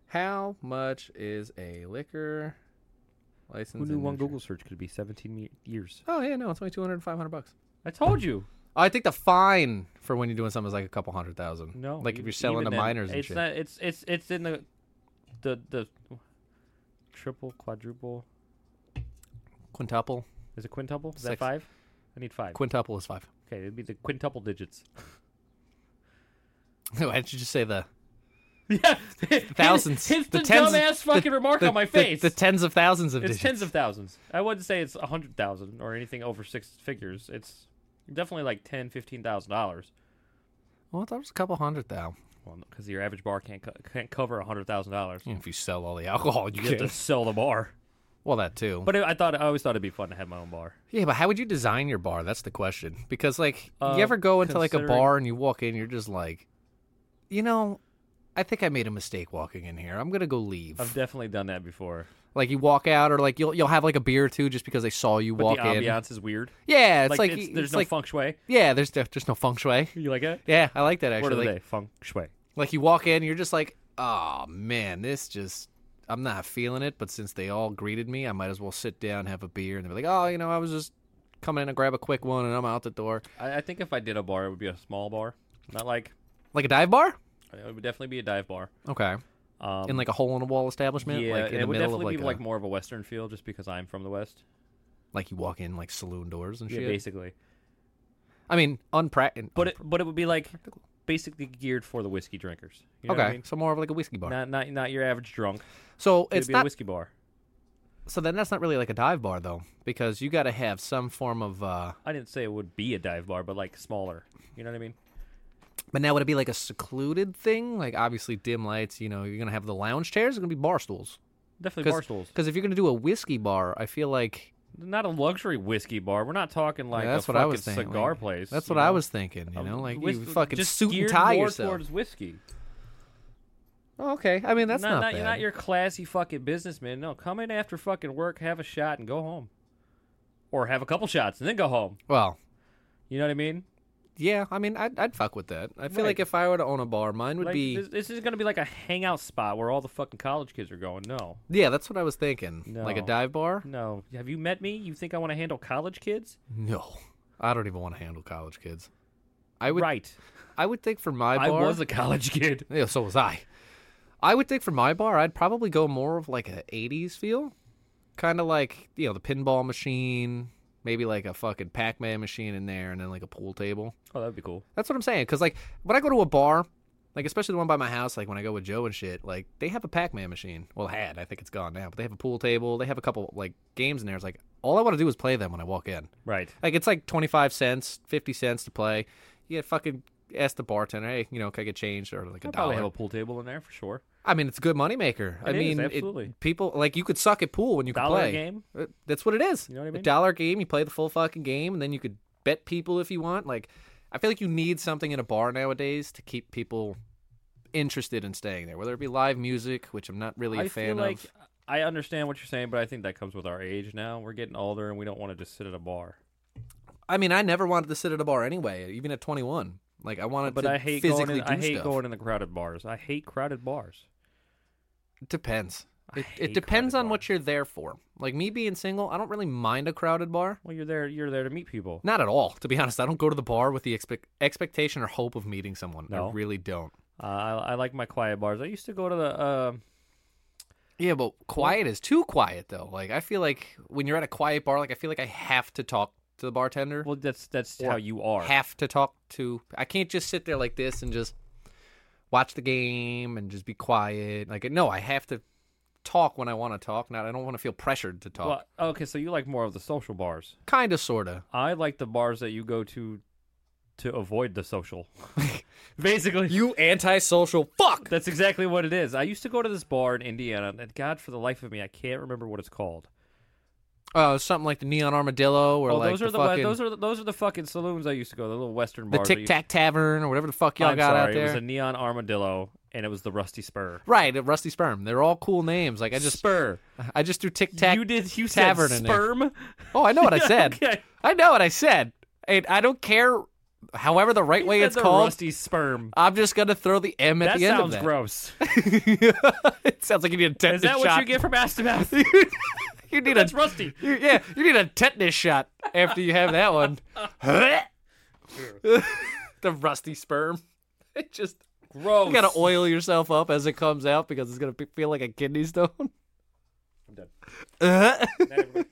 How much is a liquor license?
Who knew
in
one
New Jer-
Google search could be seventeen me- years?
Oh yeah, no, it's only 200 and 500 bucks.
I told you.
I think the fine for when you're doing something is like a couple hundred thousand.
No.
like if
e-
you're selling
even
to
then,
minors and
it's
shit.
not. It's it's it's in the the the triple quadruple.
quintuple.
Is it quintuple? Is
Six.
that five? I need five.
Quintuple is five. *laughs*
okay, it'd be the quintuple *laughs* digits.
Why didn't you just say the
yeah,
thousands?
It's the,
tens,
dumbass
the-
fucking remark
the-
on my
the-
face.
The, tens of thousands of
it's
digits.
tens of thousands. I wouldn't say it's a hundred thousand or anything over six figures. It's definitely like ten, fifteen thousand dollars.
Well, that was a couple hundred thou.
Well, because your average bar can't co- can't cover a hundred thousand dollars.
If you sell all the alcohol, you
You have
get
to
this.
*laughs* sell the bar.
Well, that too.
But it, I thought I always thought it'd be fun to have my own bar.
Yeah, but how would you design your bar? That's the question. Because like,
Uh,
you ever go into like a
considering-
bar and you walk in, you're just like, you know, I think I made a mistake walking in here. I'm gonna go leave.
I've definitely done that before.
Like you walk out, or like you'll you'll have like a beer or two just because they saw you
But
walk
the
in.
ambiance is weird.
Yeah, it's
like,
like,
it's,
y-
there's
it's
no
like-
feng shui.
Yeah, there's def- there's no feng shui.
You like it?
Yeah, I like that
Word of
actually.
the
Like,
day: feng shui.
like you walk in, you're just like, oh man, this just I'm not feeling it. But since they all greeted me, I might as well sit down, have a beer, and they're like, oh, you know, I was just coming in to grab a quick one, and I'm out the door,
I, I think if I did a bar, it would be a small bar, not like
like a dive bar.
it would definitely be a dive bar.
Okay.
Um,
in like a hole in a wall establishment,
yeah,
like in
it
the
would
middle of
definitely
like
be
a-
like
like,
more of a western feel, just because I'm from the west.
you walk in like saloon doors and
Yeah,
shit.
basically.
I mean, unpractical.
But it, but it would be like basically geared for the whiskey drinkers. You know
okay,
what I mean?
so more of like a whiskey bar.
Not not not your average drunk.
so
It'd
it's
be a
not.
whiskey bar.
So then that's not really like a dive bar though, because you got to have some form of. uh
I didn't say it would be a dive bar, but like smaller. You know what I mean?
But now would it be like a secluded thing? Like obviously dim lights. You know, you're gonna have the lounge chairs. It's gonna be bar stools.
Definitely bar stools.
Because if you're gonna do a whiskey bar, I feel like
Not a luxury whiskey bar. We're not talking like
that's
a
what I was
fucking
thinking.
cigar
like,
place.
That's
you
what I
know?
was thinking. You
A
know, like
whis-
you fucking
just
suit and
geared
tie
more
yourself.
towards whiskey.
Oh, okay, I mean that's
not,
not,
not,
bad.
not your classy fucking businessman. No, come in after fucking work, have a shot, and go home, or have a couple shots and then go home.
well,
You know what I mean?
Yeah, I mean, I'd, I'd fuck with that. I feel
Right.
like if I were to own a bar, mine would
Like,
be.
this, this isn't gonna be like a hangout spot where all the fucking college kids are going. No,
Yeah, that's what I was thinking. Like a
No.
dive bar?
no. Have you met me? You think I want to handle college kids?
No, I don't even want to handle college kids. I would.
right.
I would think for my
I
bar.
*laughs* was a college kid.
yeah, so was I. I would think for my bar, I'd probably go more of like a '80s feel, kind of like you know the pinball machine, maybe like a fucking Pac-Man machine in there, and then like a pool table.
Oh, that'd be cool.
That's what I'm saying. Cause like when I go to a bar, like especially the one by my house, like when I go with Joe and shit, like they have a Pac-Man machine. Well, had I think it's gone now, but they have a pool table. They have a couple like games in there. It's like all I want to do is play them when I walk in.
Right.
Like it's like 25 cents, 50 cents to play. You get fucking ask the bartender, hey, you know, can I get changed or like a
I
dollar?
probably have a pool table in there for sure.
I mean, it's a good moneymaker. I
It is,
mean, it-
absolutely.
people like you could suck at pool when you could
Dollar a
play.
game?
Uh, That's what it is.
You know what I
A
mean?
dollar game. You play the full fucking game, and then you could bet people if you want. Like, I feel like you need something in a bar nowadays to keep people interested in staying there. Whether it be live music, which I'm not really a
I
fan
feel like
of.
I understand what you're saying, but I think that comes with our age now. We're getting older, and we don't want to just sit at a bar.
I mean, I never wanted to sit at a bar anyway, even at 21. Like, I wanted
But
to
I hate going.
physically
In, I
do
hate
stuff.
going in the crowded bars. I hate crowded bars.
It depends. It,
I
it
hate
depends
crowded
on what
bars.
you're there for. Like me being single, I don't really mind a crowded bar.
Well, you're there. You're there to meet people.
Not at all, to be *laughs* honest. I don't go to the bar with the expect- expectation or hope of meeting someone.
No.
I really don't.
Uh, I, I like my quiet bars. I used to go to the. Uh,
Yeah, but quiet is too quiet though. Like I feel like when you're at a quiet bar, like I feel like I have to talk to the bartender.
well, that's that's
Or
how you are.
have to talk to. I can't just sit there like this and just watch the game and just be quiet. Like no, I have to talk when I want to talk. Not I don't want to feel pressured to talk.
Well, okay, so you like more of the social bars.
Kinda, sorta.
I like the bars that you go to to avoid the social. *laughs*
*laughs*
Basically,
You antisocial fuck.
That's exactly what it is. I used to go to this bar in Indiana, and God, for the life of me, I can't remember what it's called.
Uh, something like the neon armadillo or
oh,
like
those
the
are the we-
fucking
those are the, those are the fucking saloons I used to go. The little Western
the
bars. I
Tic
used-
Tac Tavern or whatever the fuck y'all
I'm
got
sorry,
out there.
It was a neon armadillo, and it was the rusty spur.
Right, a Rusty Sperm. They're all cool names. Like I just
spur.
I just threw Tic Tac.
you did. You
Tavern
said
in there.
sperm.
Oh, I know
*laughs*
what I said.
okay.
I know what I said. And I don't care, however the right
You
way
said
it's
the
called.
rusty sperm.
I'm just gonna throw the M at
That
the end
sounds
of that.
gross.
*laughs* it sounds like you need a tetanus
Is that what
shot.
you get from ass to mouth?
*laughs*
*laughs*
you need
That's
a
rusty.
*laughs* you- yeah. You need a tetanus shot after you have that one. *laughs* the rusty sperm. *laughs* It just *laughs*
Gross.
you gotta oil yourself up as it comes out because it's gonna be- feel like a kidney stone. *laughs*
I'm done.
Uh.
everybody.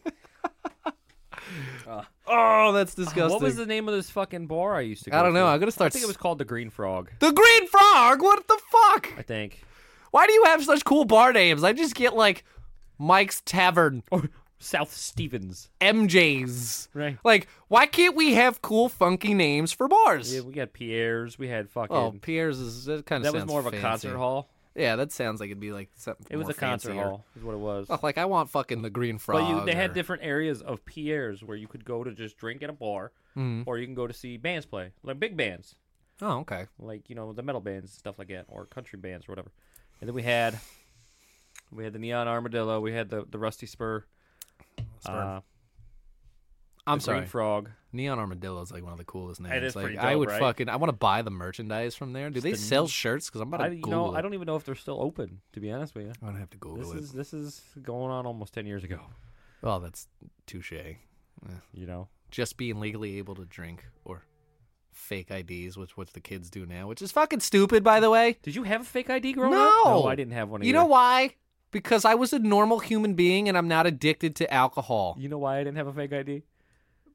oh, that's disgusting.
Uh, What was the name of this fucking bar I used to? go
I don't know.
to?
I'm gonna
I
start.
think it was called the Green Frog.
The Green Frog? What the fuck?
I think.
Why do you have such cool bar names? I just get like Mike's Tavern.
Or South Stevens.
MJ's.
Right.
Like, why can't we have cool, funky names for bars?
Yeah, we had Pierre's. We had fucking.
Oh, Pierre's is that kind of
that was more of a concert hall.
Yeah, that sounds like it'd be like something.
It was
more
a concert
fancier.
hall, is what it was.
Oh, like I want fucking the Green Frog.
But you, they had
or-
different areas of Pierre's where you could go to just drink at a bar,
Mm-hmm.
or you can go to see bands play, like big bands,
Oh, okay.
like you know the metal bands and stuff like that, or country bands or whatever. And then we had, we had the Neon Armadillo, we had the the Rusty Spur, uh,
I'm
the
sorry.
Green Frog.
Neon Armadillo is like one of the coolest names.
is
like
pretty
I
dope,
would
right?
fucking I want to buy the merchandise from there. Do they sell shirts? Because I'm about to
I, you
Google.
know, I
it.
don't even know if they're still open. To be honest with you,
I'm gonna have to Google
this
it.
is this is going on almost ten years ago.
Oh, that's touche.
You know,
Just being legally able to drink or fake IDs, which what the kids do now, which is fucking stupid, by the way.
did you have a fake ID growing
No!
up? No, I didn't have one. Either.
You know why? Because I was a normal human being and I'm not addicted to alcohol.
You know why I didn't have a fake ID?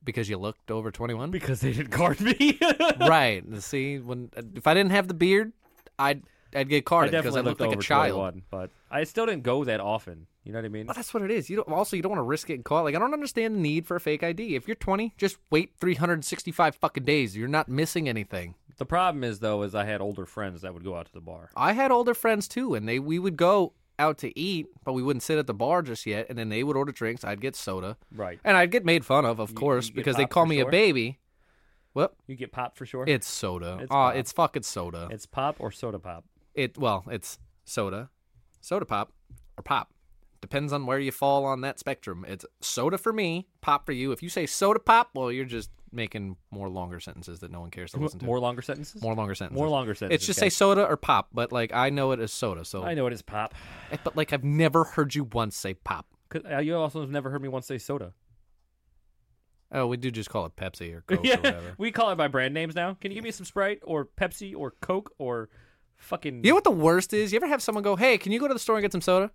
Because you looked over 21.
Because they didn't card *laughs* me.
right. See, when if I didn't have the beard, I'd I'd get
I
carded because
definitely
I looked like
over
a child.
21, but I still didn't go that often. You know what I mean?
Well, that's what it is. You don't, also you don't want to risk getting caught. Like I don't understand the need for a fake ID. If you're 20, just wait 365 fucking days. You're not missing anything.
The problem is though, is I had older friends that would go out to the bar.
I had older friends too, and they we would go out to eat, but we wouldn't sit at the bar just yet. And then they would order drinks. I'd get soda,
Right.
and I'd get made fun of, of
You-
course,
you get
because they
popped
call
for
me a
sure?
baby. Well,
You get pop for sure.
it's soda.
It's
Aw,
pop.
it's fucking soda.
It's pop or soda pop.
it well, it's soda, soda pop, or pop. Depends on where you fall on that spectrum. It's soda for me, pop for you. If you say soda pop, well, you're just making more longer sentences that no one cares to listen to.
More longer sentences.
More longer sentences.
More longer sentences.
It's just say
guys.
soda or pop, but like I know it as soda. So,
I know it is pop.
but like I've never heard you once say pop.
'Cause, uh, you also have never heard me once
*laughs*
say soda.
Oh, we do just call it Pepsi or Coke or
yeah.
whatever.
We call it by brand names now. Can you give me some Sprite or Pepsi or Coke or fucking?
You know what the worst is? You ever have someone go, "Hey, can you go to the store and get some soda?"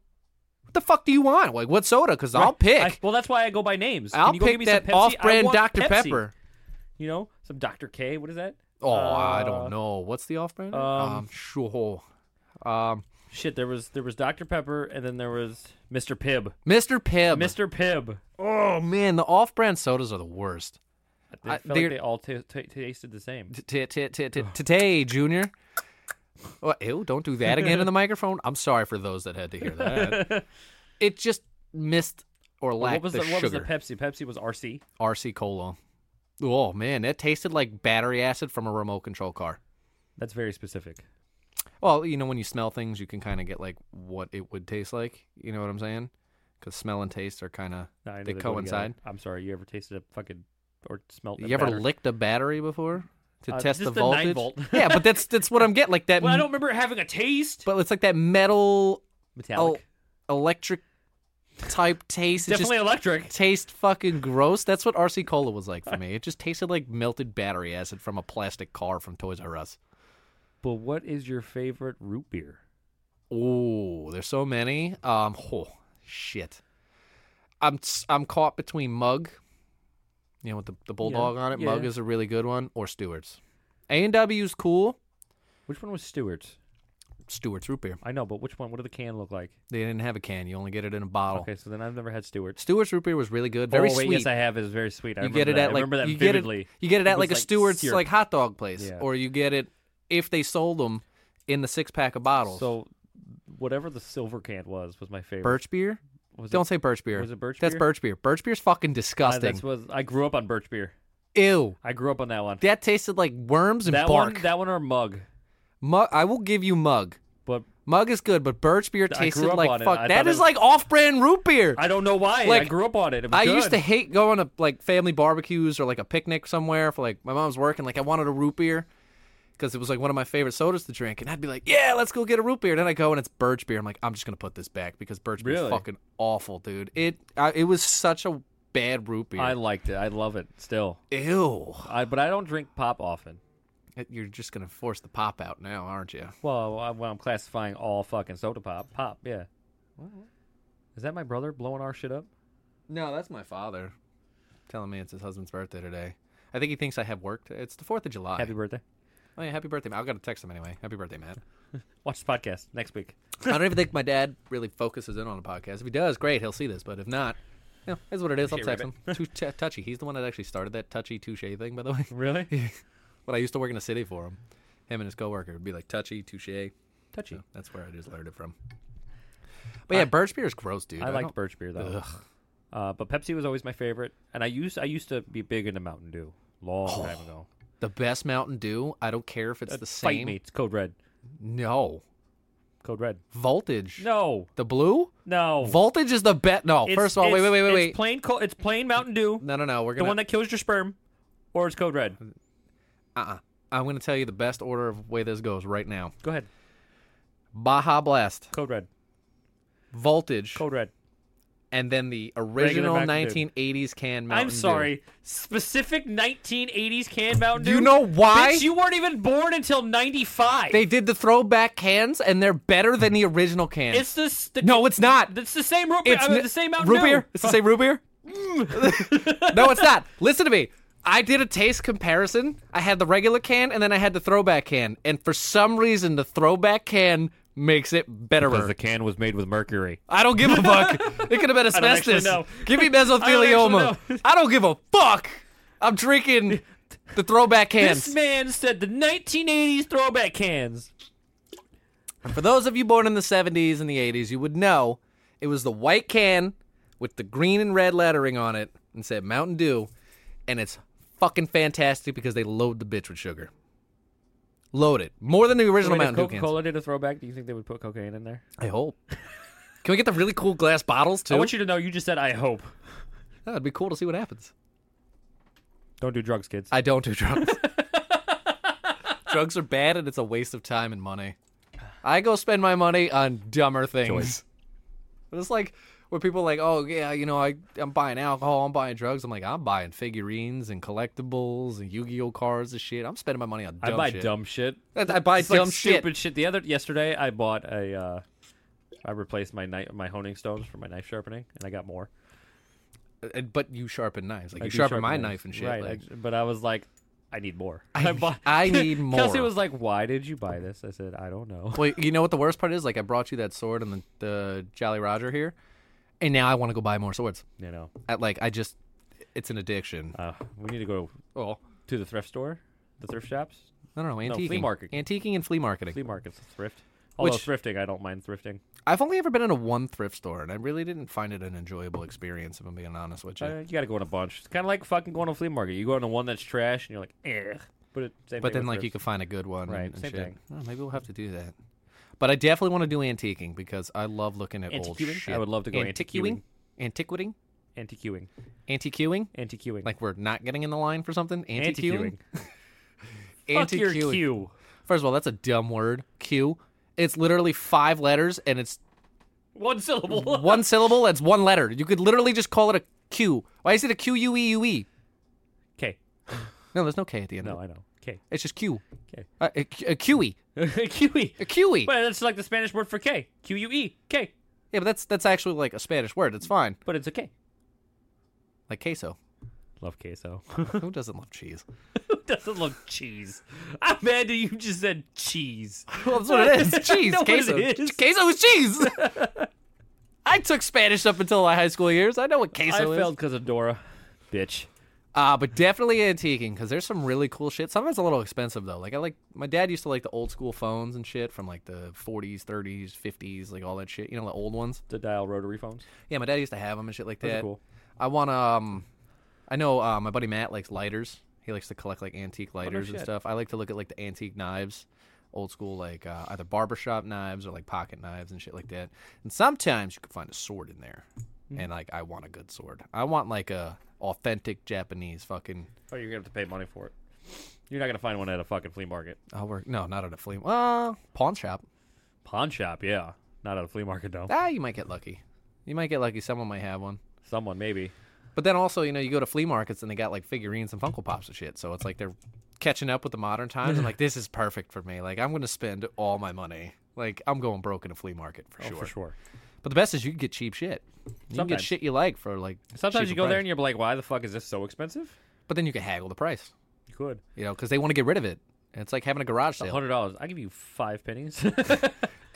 What the fuck do you want? Like what soda? Because I'll pick.
I- well, that's why I go by names.
I'll
Can you go
pick
give me
that
some Pepsi? I
off-brand
want
Dr.
Pepsi.
Pepper.
You know, some Dr. K. What is that?
Oh, I
Uh,
don't know. What's the off-brand?
um,
um sure. Um,
Shit, there was there was Dr. Pepper, and then there was Mr. Pibb.
Mr. Pibb.
Mr. Pibb.
Oh man, the off-brand sodas are the worst.
They
I-
felt
they're-
like they all ta- ta- tasted the same.
T- t- t- t- Today, Junior. Oh, ew, don't do that again in
*laughs*
the microphone. I'm sorry for those that had to hear that. It just missed or
What
lacked
was
the,
the, what was the
sugar.
Pepsi? Pepsi was RC.
RC Cola. Oh man, that tasted like battery acid from a remote control car.
That's very specific.
Well, you know when you smell things, you can kind of get like what it would taste like. You know what I'm saying? Because smell and taste are kind of they
I know go together.
coincide.
I'm sorry, you ever tasted a fucking or smelled? a
You ever
batter?
licked a battery before to
Uh,
test
just
the
the nine
voltage?
volt.
yeah, but that's that's what I'm getting. Like that.
*laughs* Well, I don't remember having a taste.
But it's like that metal
Metallic.
el- electric type taste. It
Definitely
just
electric.
tastes fucking gross. That's what RC Cola was like for me. It just tasted like melted battery acid from a plastic car from Toys R Us.
But what is your favorite root beer?
Ooh, there's so many. Um, oh, shit. I'm s- I'm caught between Mug, you know, with the, the bulldog on it. Mug
yeah.
is a really good one, or Stewart's. A and W's cool.
Which one was Stewart's?
Stewart's root beer.
I know, but which one? What did the can look like?
They didn't have a can. You only get it in a bottle.
Okay, so then I've never had Stewart's.
Stewart's root beer was really good. Oh. Very
oh, wait,
sweet.
Yes, I have. It's very sweet. I
you
remember
get it
that.
at
I
like
remember that
you get it,
vividly.
you get it at
was
like a
like
Stewart's
syrup.
like hot dog place,
Yeah.
or you get it if they sold them in the six pack of bottles.
So, whatever the silver can was was my favorite.
birch beer?
was
Don't
it,
say birch beer.
was it birch
That's
beer?
birch beer. Birch beer's fucking
Ah,
disgusting.
that's was I grew up on birch beer.
Ew.
I grew up on that one.
That tasted like worms and
that
bark.
one, that one or mug.
mug, I will give you mug.
But
Mug is good, but birch beer
I
tasted
grew up
like
on it.
fuck.
I
That
thought it
is
was-
like off-brand root beer.
I don't know why. I
Like,
grew up on it. It was
I used
good.
to hate going to like family barbecues or like a picnic somewhere for like my mom's working. Like I wanted a root beer because it was like one of my favorite sodas to drink, and I'd be like, "Yeah, let's go get a root beer." Then I go and it's birch beer. I'm like, I'm just gonna put this back because birch beer is
Really?
fucking awful, dude. It I, it was such a bad root beer.
I liked it. I love it still.
Ew.
I, but I don't drink pop often.
You're just gonna force the pop out now, aren't you?
Well, I, well, I'm classifying all fucking soda pop. Pop, yeah. Is that my brother blowing our shit up?
No, that's my father telling me it's his husband's birthday today. I think he thinks I have worked. It's the Fourth of July.
Happy birthday.
oh yeah, happy birthday! Matt. I've got to text him anyway. Happy birthday, Matt.
Watch the podcast next week.
I don't even think my dad really focuses in on the podcast. If he does, great, he'll see this. But if not, Yeah, that's what it is. I'll
Okay,
text him. Too t- touchy. He's the one that actually started that touchy touche thing, by the way. *laughs*
Really?
But I used to work in the city for him. Him and his coworker would be like touchy touche.
*laughs* Touchy.
So that's where I just learned it from. But yeah, birch beer is gross, dude.
I liked
don't-
birch beer though.
Ugh.
Uh, but Pepsi was always my favorite, and I used I used to be big into Mountain Dew long
Oh,
time ago.
the best Mountain Dew. I don't care if it's the
Uh, Fight
same.
me, it's Code Red.
No,
Code Red.
voltage.
No,
The blue
no.
voltage is the bet. No,
It's-
first of all, wait, wait,
it's-
wait, wait,
It's
wait.
plain, co- it's plain Mountain Dew,
No, no, no. We're
the
gonna.
one that kills your sperm, or it's Code Red.
uh-uh. I'm gonna tell you the best order of way this goes right now.
Go ahead,
Baja Blast,
Code Red,
Voltage,
Code Red.
and then the original
Mountain
1980s can Mountain
I'm
Dew.
sorry. Specific 1980s canned Mountain
Do
Dew.
you know why?
Bitch, you weren't even born until '95.
They did the throwback cans, and they're better than the original cans.
It's this. The,
no, it's not.
It's the same root beer. I mean,
n-
the same Mountain
root
Dew.
beer. It's the same root
*laughs*
beer. no, it's not. Listen to me. I did a taste comparison. I had the regular can, and then I had the throwback can, and for some reason, the throwback can makes it better.
can was made with mercury.
I don't give a
*laughs*
fuck. It could have been
don't actually
asbestos.
know. *laughs*
Give me mesothelioma.
know.
I don't, give a fuck. I'm
*laughs*
drinking the throwback cans.
This man said the 1980s throwback cans.
For those of you born in the 70s and the 80s, you would know it was the white can with the green and red lettering on it and said Mountain Dew, and it's fucking fantastic because they load the bitch with sugar. Load it more than the original
Wait, if
Mountain Dew cans.
Coca-Cola did a throwback, do you think they would put cocaine in there?
I hope. Can we get the really cool glass bottles too?
I want you to know. You just said I hope.
That'd be cool to see what happens.
Don't do drugs, kids.
I don't do
*laughs*
drugs. drugs are bad and it's a waste of time and money. I go spend my money on dumber things. It's like where people are like, oh yeah, you know, I I'm buying alcohol, I'm buying drugs. I'm like, I'm buying figurines and collectibles and Yu-Gi-Oh cards and shit. I'm spending my money on
I
dumb
buy
shit.
dumb shit.
I, I buy
It's
dumb
like
shit.
stupid shit. The other yesterday, I bought a. Uh, I replaced my knife, my honing stones for my knife sharpening, and I got more.
Uh, But you sharpen knives. Like
I
you
do
sharpen, my
knives.
knife and shit.
Right,
like-
I- but I was like, I need more. *laughs* I, bought.
*laughs* I need more.
Kelsey was like, "Why did you buy this?" I said, "I don't know." *laughs*
well, you know what the worst part is? Like I brought you that sword and the, the Jolly Roger here, and now I want to go buy more swords.
You know,
I, like I just, it's an addiction.
uh, we need to go
Oh,
to the thrift store, the thrift shops,
I don't know. Antiquing,
flea market.
antiquing, and flea marketing.
flea markets, thrift. Although
Which-
thrifting, I don't mind thrifting.
I've only ever been in a one thrift store, and I really didn't find it an enjoyable experience. If I'm being honest with you,
Uh, you got to go in a bunch. It's kind of like fucking going to a flea market. You go into one that's trash, and you're like, "Eh." But it, same
but
thing
then like
with
you
thrifts.
could find a good one,
Right,
And
same
shit.
thing.
Oh, maybe we'll have to do that. But I definitely want to do antiquing because I love looking at old
Antiquing? I
shit.
would love to go
antiquing, antiquing,
anti-queuing,
antiquing.
anti-queuing,
Like we're not getting in the line for something. Antiquing,
Fuck your
Antiquing.
queue.
First of all, that's a dumb word. Q. It's literally five letters, and it's
One syllable.
one syllable. That's one letter. You could literally just call it a Q. Why is it a Q U E U E?
*laughs* K.
No, there's no K at the end.
No,
of it.
I know. K.
it's just Q.
K. *laughs*
Uh, a, a QE.
Kiwi.
A QE.
Well, that's like the Spanish word for K. Q U E K.
Yeah, but that's that's actually like a Spanish word. It's fine.
But it's a K.
Like
*laughs*
queso.
Love queso.
Who doesn't love cheese?
Who *laughs* doesn't love cheese? I'm mad that you just said *laughs* cheese.
Well, that's what it is. Cheese.
No, it
queso.
is.
Queso is
*laughs*
cheese. I took Spanish up until my high school years. I know what queso
I
is.
failed because of Dora. Bitch.
Uh, but definitely antiquing because there's some really cool shit. Sometimes a little expensive though. Like I like my dad used to like the old school phones and shit from like the 40s, 30s, 50s, like all that shit. You know the old ones.
The dial rotary phones.
Yeah, my dad used to have them and shit like
are
that.
cool.
I want to. Um, I know uh, my buddy Matt likes lighters. He likes to collect like antique lighters and
shit.
stuff. I like to look at like the antique knives, old school like uh, either barbershop knives or like pocket knives and shit like that. And sometimes you can find a sword in there.
Hmm.
And like I want a good sword. I want like a authentic Japanese fucking.
Oh, you're gonna have to pay money for it. You're not gonna find one at a fucking flea market.
I'll work. uh, No, not at a flea. Well, pawn shop.
Pawn shop, yeah. Not at a flea market though.
Ah, you might get lucky. You might get lucky. Someone might have one.
Someone maybe.
But then also, you know, you go to flea markets and they got like figurines and Funko Pops and shit. So it's like they're catching up with the modern times. and like, this is perfect for me. Like, I'm going to spend all my money. Like, I'm going broke in a flea market for, sure.
Oh, For sure.
But the best is you can get cheap shit. You can get
Sometimes.
shit you like for like. cheaper
Sometimes you go there
price.
and you're like, why the fuck is this so expensive?
But then you can haggle the price,
You could.
you know, because they want to get rid of it. And it's like having a garage sale.
Hundred dollars. I give you five *laughs* pennies.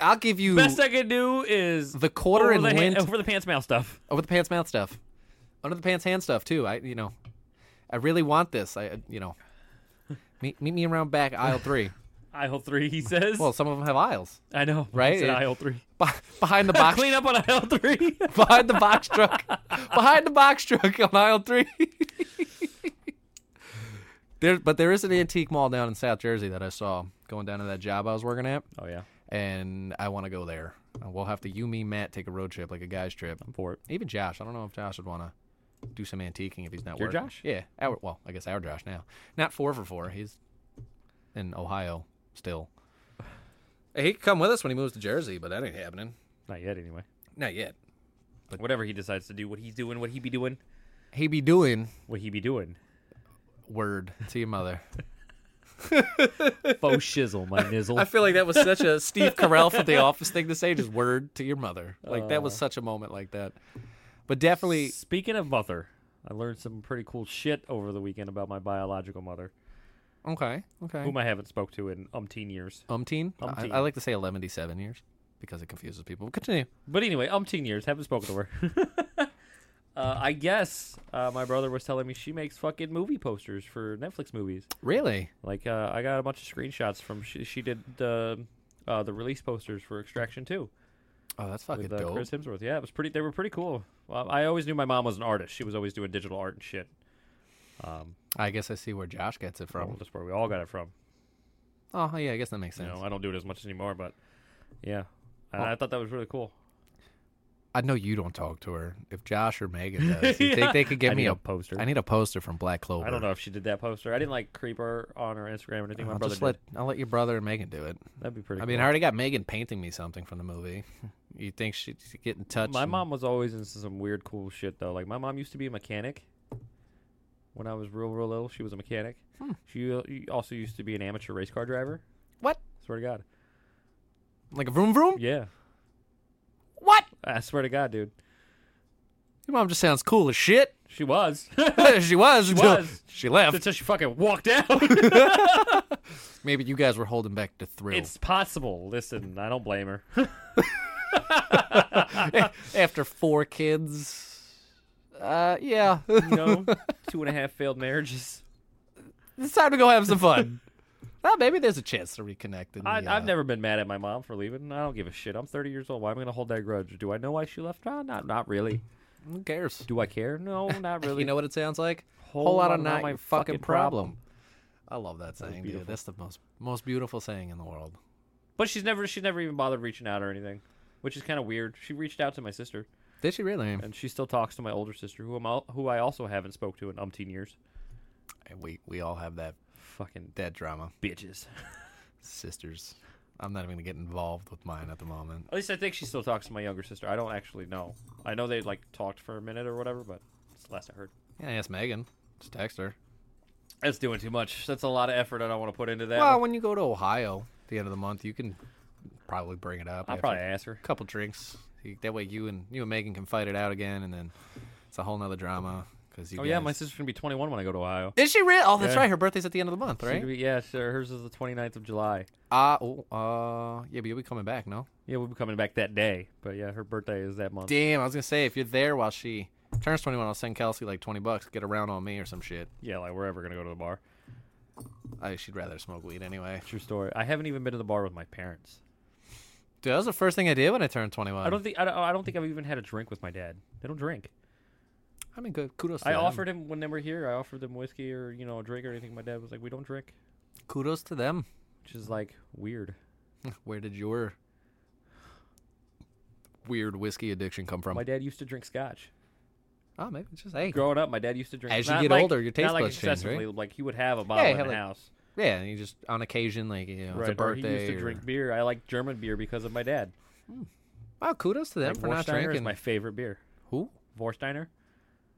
I'll give you
Best I can do is
The quarter
over
and
the
lint- *laughs*
uh, over the pants mouth stuff.
over the pants mouth stuff. under the pants hand stuff too. I you know, I really want this. I you know, meet meet me around back aisle three.
Aisle three, he says.
Well, some of them have aisles
I know.
right?
It's in aisle three.
Be- behind the *laughs*
*laughs*
box.
Clean up on aisle three.
behind the box truck, behind the box truck on aisle three. *laughs* there, but there is an antique mall down in South Jersey that I saw going down to that job I was working at,
*laughs* oh yeah,
and I want to go there. Uh, We'll have to you, me, Matt take a road trip, like a guys trip.
I'm for it.
Even Josh, I don't know if Josh would want to do some antiquing if he's not
Your
working.
Josh?
yeah. Our, well, I guess our Josh now, not four for four. He's in Ohio still. Hey, he could come with us when he moves to Jersey, but that ain't happening.
Not yet, anyway.
Not yet.
Whatever he decides to do, what he's doing, what he be doing,
He be doing
what he be doing.
word to your mother.
*laughs* Faux shizzle, *laughs* my
*laughs*
nizzle.
I feel like that was such *laughs* a Steve Carell from The Office thing to say, just word to your mother. Like that was such a moment like that. But definitely,
Speaking of mother, I learned some pretty cool shit over the weekend about my biological mother,
okay, okay.
whom I haven't spoke to in umpteen years.
Umpteen. I,
Umpteen.
I like to say eleventy-seven years because it confuses people. Continue.
But anyway, umpteen years, haven't spoken to her. *laughs* uh, I guess uh, my brother was telling me she makes fucking movie posters for Netflix movies.
Really?
Like uh, I got a bunch of screenshots from she, she did the uh, the release posters for Extraction Two
Oh, that's fucking
with uh,
dope.
Chris Hemsworth. Yeah, it was pretty. They were pretty cool. Well, I always knew my mom was an artist. She was always doing digital art and shit. Um,
I guess I see where Josh gets it
well,
from.
that's where we all got it from.
Oh, yeah, I guess that makes
You
sense.
know, I don't do it as much anymore, but yeah, And
Oh.
I thought that was really cool.
I know you don't talk to her. If Josh or Megan does,
*laughs*
you
Yeah.
think they could give
I
me
need
a?
a poster.
I need a poster from Black Clover.
I don't know if she did that poster. I didn't like creep her on her Instagram or anything. My
I'll
brother
just let
did.
I'll let your brother and Megan do it.
That'd be pretty.
I mean,
cool.
I already got Megan painting me something from the movie. *laughs* You think she'd get in touch?
My
and-
mom was always into some weird, cool shit though. Like my mom used to be a mechanic. When I was real, real little, she was a mechanic. She uh, y- also used to be an amateur race car driver.
What?
Swear to God.
Like a vroom vroom?
Yeah,
What?
I swear to God, dude.
Your mom just sounds cool as
*laughs*
shit. *laughs*
She was.
she was. until
was.
She left.
Until she fucking walked out.
Maybe you guys were holding back the thrill.
it's possible. Listen, I don't blame her.
After four kids. Uh, yeah. *laughs*
You *laughs* know, two and a half failed marriages.
it's time to go have some
*laughs*
fun. Ah, maybe there's a chance to reconnect. In the,
I,
uh,
I've never been mad at my mom for leaving. I don't give a shit. I'm 30 years old. Why am I going to hold that grudge? Do I know why she left? Nah, not, not really.
Who cares?
Do I care? No, *laughs* not really.
You know what it sounds like?
Whole
Whole lot
lot
of
not
not
my
your fucking
fucking problem.
problem. I love that saying, dude.
beautiful.
That's the most most beautiful saying in the world.
But she's never she's never even bothered reaching out or anything, which is kind of weird. She reached out to my sister,
Did she really?
and she still talks to my older sister, who I'm al- who I also haven't spoke to in umpteen years.
We we all have that
Fucking
that drama.
bitches.
sisters. I'm not even gonna get involved with mine at the moment.
At least I think she still talks to my younger sister. I don't actually know. I know they like talked for a minute or whatever, but it's the last I heard.
Yeah, ask Megan. Just text her.
That's doing too much. That's a lot of effort I don't want to put into that.
Well,
one.
when you go to Ohio at the end of the month, you can probably bring it up.
I'll
after
probably ask her.
a couple drinks. You- That way, you and you and Megan can fight it out again, and then it's a whole nother drama. Because you.
Oh yeah,
guys-
my sister's gonna be 21 when I go to Ohio.
Is she real? Oh, that's
Yeah.
right. Her birthday's at the end of the month,
She's gonna
right?
be- yeah, sure. Hers is the 29th of July.
Ah, oh, uh, yeah, but you'll be coming back, no?
Yeah, we'll be coming back that day. But yeah, her birthday is that month.
Damn, I was gonna say if you're there while she turns 21, I'll send Kelsey like 20 bucks. Get around on me or some shit.
Yeah, like we're ever gonna go to the bar.
I she'd rather smoke weed anyway.
True story. I haven't even been to the bar with my parents.
Dude, that was the first thing I did when I turned 21.
I don't think I don't, I don't think I've even had a drink with my dad. They don't drink.
I mean, good kudos. To
I
them.
offered him when they were here. I offered them whiskey or you know a drink or anything. My dad was like, "We don't drink,"
kudos to them. *laughs*
which is like weird.
Where did your weird whiskey addiction come from?
My dad used to drink scotch.
oh, maybe it's just hey,
Growing up, my dad used to drink.
As you
not
get
like-
older, your taste
not like
buds change, right?
excessively. Like he would have a bottle
Yeah,
in
have,
the
like,
house.
yeah. And you just on occasion, like you know, it's a
Right. Or he
birthday.
used to
or-
drink beer. I like German beer because of my dad.
Wow, kudos to them
Like
for not
Vorsteiner is
drinking.
my favorite beer.
Who?
Vorsteiner,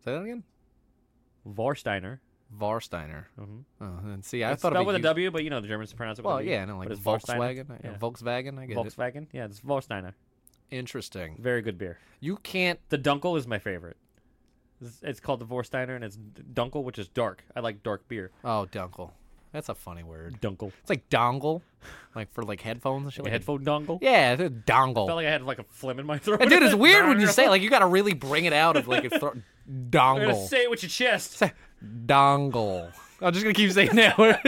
Say that again.
Vorsteiner.
Varsteiner.
Mhm.
Oh, and see, I
it's
thought
spelled
about
with
you-
a W, but you know the Germans pronounce it.
Well,
with a W,
yeah, no, like
but it's Vorsteiner.
Volkswagen. I-
Yeah.
Volkswagen. I get it.
Volkswagen. Yeah, it's Vorsteiner.
Interesting.
Very good beer.
You can't.
The Dunkel is my favorite. It's, it's called the Vorsteiner, and it's D- Dunkel, which is dark. I like dark beer.
Oh, dunkel. That's a funny word.
Dunkel.
It's like dongle, like for like headphones and shit. Like
Like a headphone dongle.
Yeah, it's a dongle.
*laughs* I felt like I had like a phlegm in my throat. *laughs*
Dude, it's weird when you say it. Like you got to really bring it out of like a throat.
I'm gonna
Dongle.
say it with your chest.
Dongle. I'm just gonna keep saying that word.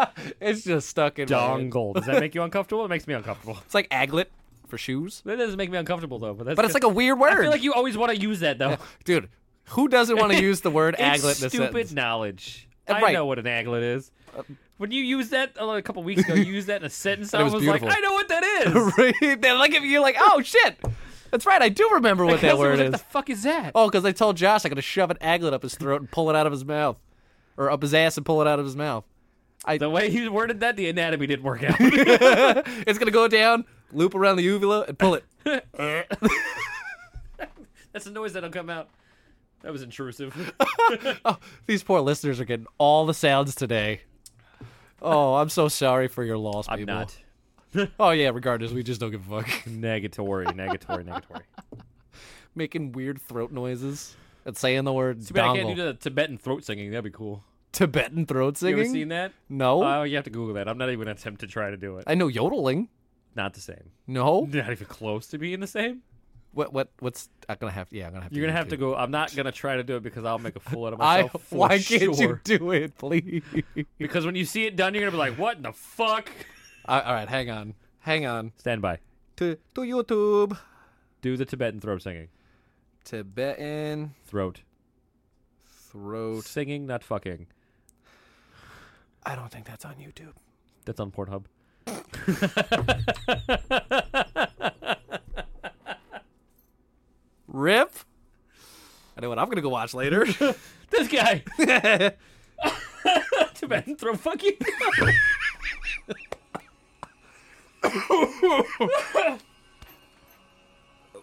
*laughs* it's just stuck in my head.
Dongle. Does that make you uncomfortable? It makes
*laughs*
me uncomfortable.
It's like aglet for shoes,
That doesn't make me uncomfortable though. But that's
but it's like a weird
I
word.
feel like you always want to use that though.
Dude, who doesn't
*laughs*
want to use the word *laughs*
It's
aglet? in a
stupid
sentence? *laughs*
knowledge.
Uh,
I
right. Uh,
know what an aglet is. When you used that uh, a couple weeks ago, you used that
*laughs*
in a sentence. I
was
was, like,
beautiful.
I know
*laughs*
what that is.
right? They look at you like, oh shit, that's right. I do remember what
Because it
that word
was like,
is.
The fuck is that?
oh, because I told Josh I gotta shove an aglet up his throat and pull it out of his mouth, or up his ass and pull it out of his mouth.
The way he worded that, the anatomy didn't work out. *laughs*
It's gonna go down, loop around the uvula, and pull it.
That's the noise that'll come out. That was intrusive.
These poor listeners are getting all the sounds today. Oh, I'm so sorry for your loss,
I'm
people.
not.
Oh yeah, regardless, we just don't give a fuck. *laughs*
Negatory, negatory, negatory.
Making weird throat noises and saying the word
Too bad I
dongle.
can't do the Tibetan throat singing. That'd be cool.
Tibetan throat singing.
You ever seen that?
No,
Oh, you have to Google that. I'm not even gonna attempt to try to do it.
I know yodeling.
Not the same.
No,
Not even close to being the same.
what what what's I'm gonna have? Yeah, I'm gonna have.
You're
to do
gonna have
it
to
too.
go. I'm not gonna try to do it because I'll make a fool out
*laughs*
of
I
myself. for
why can't you
sure.
do it, please? *laughs*
Because when you see it done, you're gonna be like, "What in the fuck?"
all all right, hang on, hang on.
Stand by.
To to YouTube,
Do the Tibetan throat singing.
Tibetan
Throat
throat.
singing, not fucking.
I don't think that's on YouTube.
That's on Pornhub.
Rip. I know what I'm gonna go watch
*laughs*
later. *laughs*
This guy. Tibetan *laughs* throat fucking.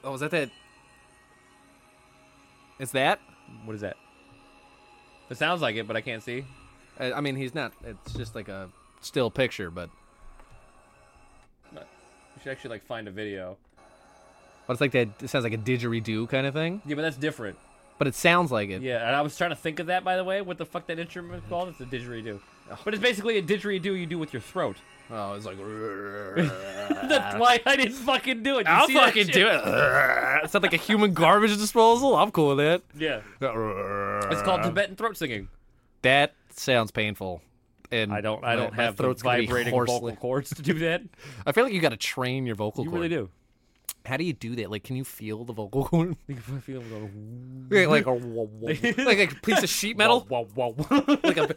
oh, was that that? Is that?
what is that? It sounds like it, but I can't see.
I, I mean, he's not. It's just like a still picture, but
You should actually like find a video.
but it's like that. It sounds like a didgeridoo kind of thing,
Yeah, but that's different.
but it sounds like it.
Yeah, and I was trying to think of that, by the way. What the fuck that instrument is called? It's a didgeridoo. But it's basically a didgeridoo you do with your throat.
Oh, it's like.
*laughs* That's why I didn't fucking do it. You
I'll
see that
fucking
shit?
do it. It's not like a human garbage disposal. I'm cool with it.
Yeah. It's called
Uh-huh.
Tibetan throat singing.
That sounds painful. And
I don't. I
my-
don't
my
have the
throat's gonna be
vibrating
hoarse.
vocal cords to do that.
I feel like you got to train your vocal
You
cord.
really do.
How do you do that? Like, can you feel the vocal *laughs* cord?
*laughs* You can feel them going,
Yeah, like a
*laughs*
like a piece of sheet metal.
Wah, wah, wah. *laughs*
like a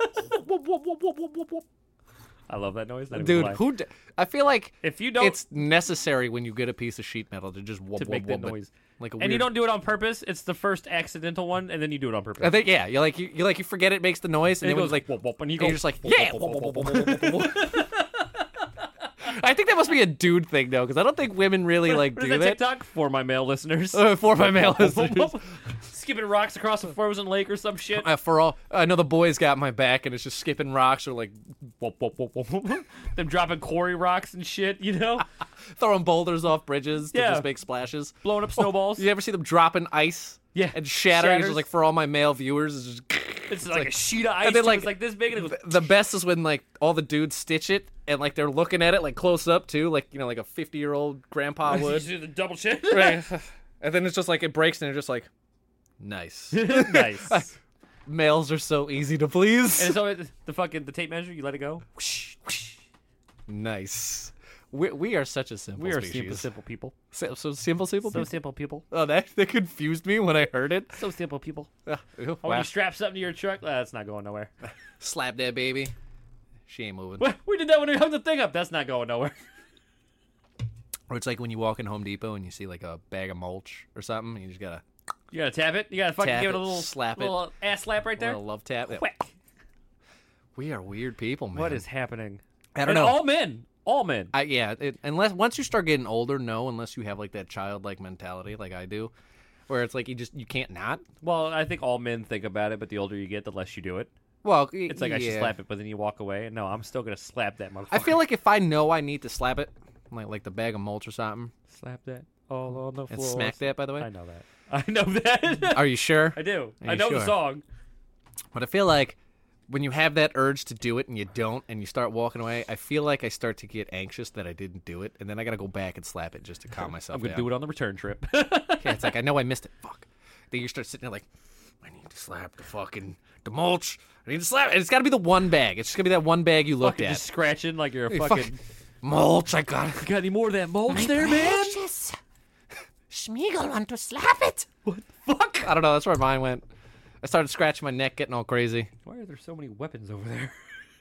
I love that noise. Not even
dude.
gonna lie.
Who? D- I feel like
If you don't
it's necessary when you get a piece of sheet metal to just
to make that noise,
Like a
and you
weird-
don't do it on purpose, it's the first accidental one, and then you do it on purpose.
I think yeah. You like you, you like you forget it makes the noise, and,
And it
then when
goes
it's like
like whoop whoop, and you
And
go
you're just like,
whoop,
yeah.
whoop, whoop, whoop, whoop, whoop.
I think that must be a dude thing though, because I don't think women really like
What *laughs* is
do that.
that TikTok for my male listeners?
Uh, *laughs* for my male listeners,
Skipping rocks across a frozen lake or some shit.
uh, for all I know, the boys got my back, and it's just skipping rocks or like
Whoop, whoop, whoop, whoop, whoop. *laughs* Them dropping quarry rocks and shit, you
*laughs*
know?
throwing boulders off bridges to
Yeah.
just make splashes.
Blowing up snowballs.
You ever see them dropping ice?
Yeah.
and shattering. It's
Shatters.
just like for all my male viewers, it's just.
It's, like, a sheet of ice.
and then,
too.
like,
it's like this big and it goes
the best is when like all the dudes stitch it and like they're looking at it like close up too, like you know, like a fifty year old
*laughs*
grandpa
*laughs* you
would.
do the double chin.
right. *laughs* And then it's just like it breaks and they're just like,
*laughs*
nice.
*laughs* nice. and
Males are so easy to please.
so it, the fucking the tape measure, you let it go.
*laughs* nice. We, we are such a simple
We are simple,
species.
simple
*laughs*
people.
Si- so simple, simple.
So
people.
simple people.
oh, that that confused me when I heard it. *laughs*
So simple people.
Ah, ew,
When
wow.
you strap something to your truck, ah, that's not going nowhere.
Slap that baby. She ain't moving.
Well, we did that when we hung the thing up. That's not going nowhere. *laughs*
Or it's like when you walk in Home Depot and you see like a bag of mulch or something, and you just gotta
You gotta tap it. You gotta fucking
Tap
give it,
it,
a little
slap it.
little ass slap right there.
little love tap. Yeah.
Whack.
We are weird people, man.
What is happening?
I don't
And
know.
all men. All men.
I, yeah, it, unless once you start getting older, no, unless you have like that childlike mentality, like I do, where it's like you just you can't not.
Well, I think all men think about it, but the older you get, the less you do it.
Well,
It's like I should slap it, but then you walk away. No, I'm still gonna slap that motherfucker.
I feel like if I know I need to slap it, like like the bag of mulch or something,
slap that all on the
and
floor.
smack that. By the
I
way,
know that. *laughs* I know that. *laughs*
are you sure?
I do.
Are
I
you
know
sure?
the song.
But I feel like when you have that urge to do it and you don't, and you start walking away, I feel like I start to get anxious that I didn't do it, and then I gotta go back and slap it
*laughs*
just to calm myself.
I'm gonna
down.
*laughs* do it on the return trip.
Yeah, it's like I know I missed it. Fuck. Then you start sitting there like, I need to slap the fucking the mulch. I need to slap. And it's got to be the one bag. It's just gonna be that one bag you looked
Fucking
at.
just scratching like you're a
Hey,
fucking.
fuck. mulch. I got.
*laughs* Got any more of that mulch there, man?
Schmiegel want to slap it. What the fuck? I don't know. That's where mine went. I started scratching my neck, getting all crazy.
Why are there so many weapons over there?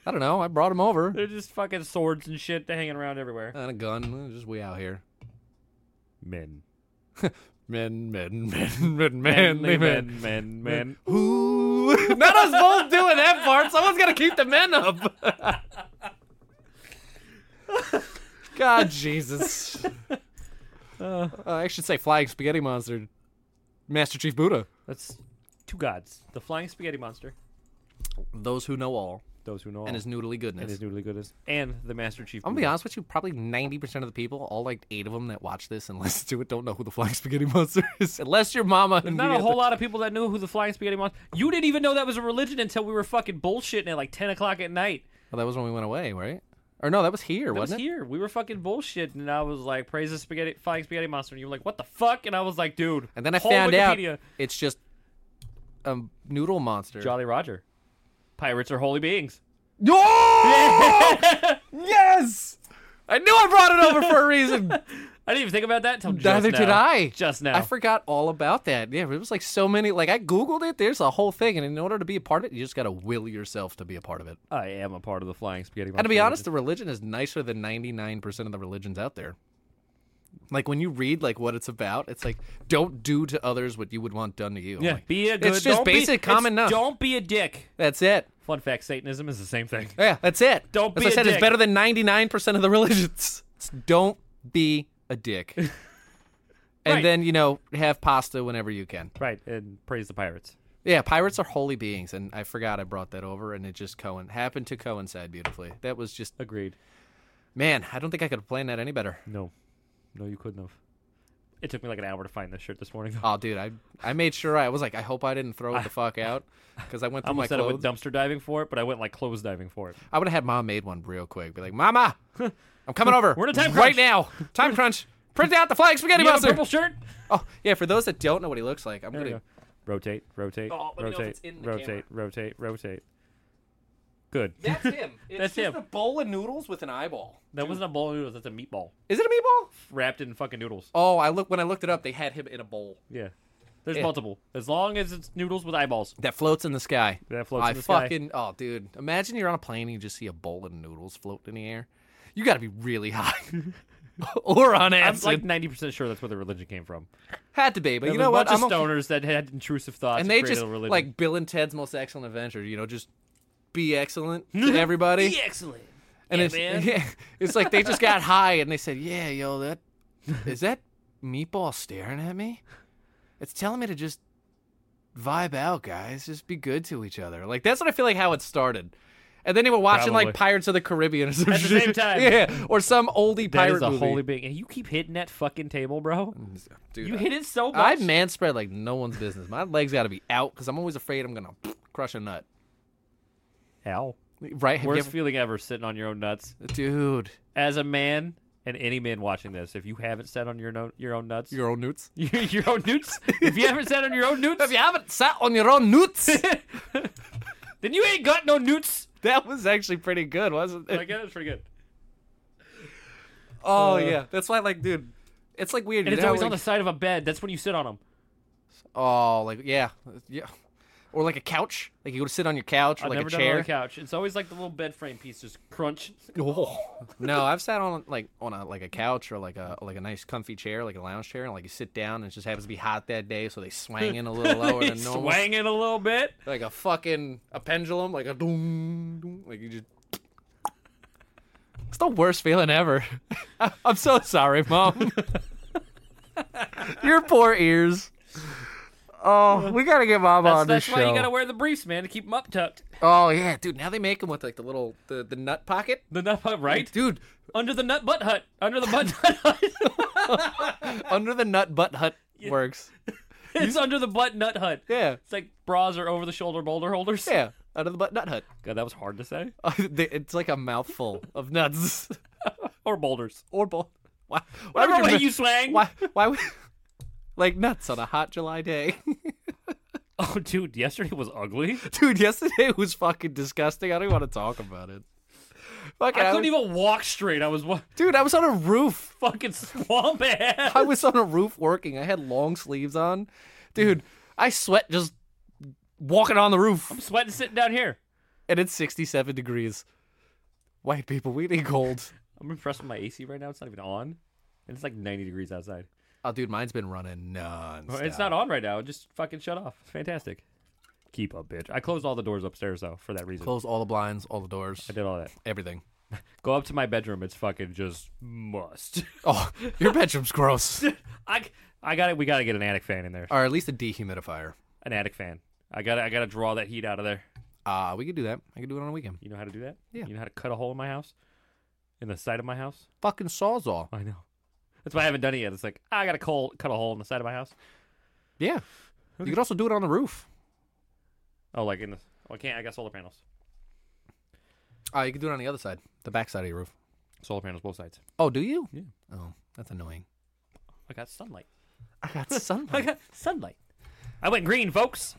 I don't know. I brought him over.
They're just fucking swords and shit they're hanging around everywhere.
And a gun. Just way out here.
Men.
Men, men, men, men, men,
Manly
men.
men, men, men.
Ooh. Not us both doing that part. Someone's got to keep the men up. God, Jesus. Uh, I should say Flying Spaghetti Monster, Master Chief Buddha.
That's two gods. The flying spaghetti monster.
Those who know all
Those who know all.
and his noodly goodness.
and his noodly goodness. And the Master Chief.
I'm gonna be
Buddha.
honest with you. Probably 90% of the people, all like eight of them that watch this and *laughs* listen to it, don't know who the Flying Spaghetti Monster is, unless your mama.
There's not a whole lot of people that knew who the flying spaghetti monster. You didn't even know that was a religion until we were fucking bullshitting at like ten o'clock at night.
Oh, that was when we went away, right? Or no, that was here,
That was
wasn't it?
here. We were fucking bullshitting, and I was like, "Praise the spaghetti flying spaghetti monster," and you were like, "What the fuck?" And I was like, "Dude."
And then I
whole
found
Wikipedia.
out it's just a noodle monster.
Jolly Roger, pirates are holy beings.
No! *laughs* yes! I knew I brought it over for a
*laughs*
reason.
I didn't even think about that until just
Neither
now.
did I.
Just now.
I forgot all about that. Yeah, it was like so many. Like I googled it. There's a whole thing, and in order to be a part of it, you just gotta will yourself to be a part of it.
I am a part of the flying spaghetti monster.
And to be honest, the
religion.
religion is nicer than 99% of the religions out there. Like when you read like what it's about, it's like don't do to others what you would want done to you. I'm
yeah,
like,
be a good.
It's just
don't be-
basic common
it's-
knowledge.
Don't be a dick.
That's it.
Fun fact: Satanism is the same thing.
Yeah, that's it.
Don't
As
be
I
a
said,
dick.
it's better than 99% of the *laughs* religions. It's don't be a
*laughs*
dick. and
Right.
then, you know, have pasta whenever you can.
Right, and praise the pirates.
Yeah, pirates are holy beings, and I forgot I brought that over, and it just Cohen happened to coincide beautifully. That was just
Agreed.
man. I don't think I could have planned that any
*laughs*
better.
No, no, you couldn't have. It took me like an hour to find this shirt this morning. though.
Oh, dude, I I made sure I was like, I hope I didn't throw it the fuck
*laughs*
out because I went
I
through my
almost said I went
clothes.
dumpster diving for it, but I went like clothes diving for it.
I would have had mom made one real quick. Be like,
*laughs*
Mama, I'm coming over.
We're in a time
right
crunch.
now. Time crunch. Print out the flag spaghetti
You have a
monster.
purple shirt?
Oh yeah, for those that don't know what he looks like, I'm
There we
gonna.
go. Rotate, rotate,
Oh, let me know if
rotate,
it's in the
rotate,
camera.
rotate, rotate. Good.
*laughs* That's him. It's
That's
just
him.
a bowl of noodles with an eyeball.
That wasn't a bowl of noodles. That's a meatball
Is it a meatball?
wrapped in fucking noodles.
Oh, I look when I looked it up, they had him in a bowl
Yeah. There's
Yeah.
multiple. As long as it's noodles with eyeballs.
that floats in the sky.
That floats
I
in the sky.
fucking, Oh, dude, imagine you're on a plane and you just see a bowl of noodles floating in the air. You got to be really
*laughs*
high. *laughs* or on
I'm
acid.
like 90% sure that's where the religion came from.
had to be, but
There's
you
a
know what?
bunch
I'm
of
okay.
stoners that had intrusive thoughts
and
and,
they
created
just
a religion.
like Bill and Ted's Most Excellent Adventure. You know, just be
*laughs*
excellent to everybody.
Be excellent.
and
yeah,
it's,
man.
*laughs* yeah, it's like they just got high and they said, "Yeah, yo, that is that meatball staring at me? It's telling me to just vibe out, guys. Just be good to each other." Like that's what I feel like how it started. And then they were watching like
Probably.
Pirates of the Caribbean or some
At the
shit.
same
*laughs*
time.
yeah, or some oldie
That
pirate
is a
movie.
holy being. And you keep hitting that fucking table, bro.
Dude,
You
I-
hit it so
I
much.
man spread like no one's business. My legs got to be out because I'm always afraid I'm gonna crush a nut.
Ow.
Right? Have you
Worst
ever-
feeling ever sitting on your own nuts.
dude,
As a man and any man watching this, if you haven't sat on your no- your own nuts,
your own newts.
*laughs* your, your own newts, if you haven't sat on your own
*laughs*
newts, *laughs*
If you haven't sat on your own newts, *laughs*
then you ain't got no newts.
that was actually pretty good, wasn't it?
Like, yeah, that's pretty good.
Oh yeah, that's why. Like, dude, it's like weird.
Uh, And
you
it's
know,
always
like,
on the side of a bed. That's when you sit on them.
Oh, like yeah, yeah, or like a couch. Like you go to sit on your couch or
I've
like
never
a
done it on
chair.
the
*laughs*
couch. It's always like the little bed frame piece just crunch.
Oh. no, I've sat on like on a like a couch or like a like a nice comfy chair, like a lounge chair, and like you sit down and it just happens to be hot that day, so they swang in a little lower
*laughs*
than normal.
Swanging a little bit.
Like a fucking a pendulum, like a doom, doom like you just. It's the worst feeling ever. *laughs* I'm so sorry, *laughs* mom. Your poor ears. Oh, we gotta get mom
That's,
on this
that's why
show.
you gotta wear the briefs, man, to keep them up tucked.
oh yeah, dude. Now they make them with like the little the, the nut pocket.
The nut hut, right?
Dude,
Under the nut butt hut. Under
*laughs*
the butt nut hut. *laughs*
under the nut butt hut works.
it's under the butt nut hut.
Yeah,
It's like bras are over the shoulder boulder holders.
yeah. Under the butt nut hut. *laughs*
God, that was hard to say.
They- it's like a mouthful of nuts
Or boulders.
or both. Why, why would
Whatever way
your- *laughs*
you swang.
Why? Why would like nuts on a hot July day?
*laughs* Oh, dude, yesterday was ugly.
*laughs* Dude, yesterday was fucking disgusting. I don't even want to talk about it. Fucking,
I
I
couldn't
was-
even walk straight. I was wa-
dude, I was on a roof.
fucking swamp ass. *laughs*
I was on a roof working. I had long sleeves on. Dude, I sweat just walking on the roof,
Sweating sitting down here.
and it's 67 degrees. White people, we need cold.
I'm impressed with my AC right now. It's not even on. And it's like 90 degrees outside.
Oh, dude, mine's been running none.
It's not on right now. Just fucking shut off. It's fantastic. Keep up, bitch. I closed all the doors upstairs, though, for that reason.
Close all the blinds, all the doors,
I did all that.
everything.
Go up to my bedroom. It's fucking just must. *laughs*
Oh, your bedroom's gross. *laughs*
I, I got it. We got to get an attic fan in there.
or at least a dehumidifier.
An attic fan. I got to I got to draw that heat out of there.
Uh, we could do that. I could do it on a weekend.
You know how to do that?
Yeah.
You know how to cut a hole in my house? In the side of my house?
Fucking sawzall.
I know. That's why I haven't done it yet. It's like, I got to col- cut a hole in the side of my house.
Yeah. You could also do it on the roof.
Oh, like in the. Oh, I can't. I got solar panels.
Oh, you could do it on the other side, the back side of your roof.
Solar panels, both sides.
Oh, do you?
Yeah.
Oh, that's annoying.
I got sunlight.
I got
I
sunlight.
got sunlight. I went green, folks.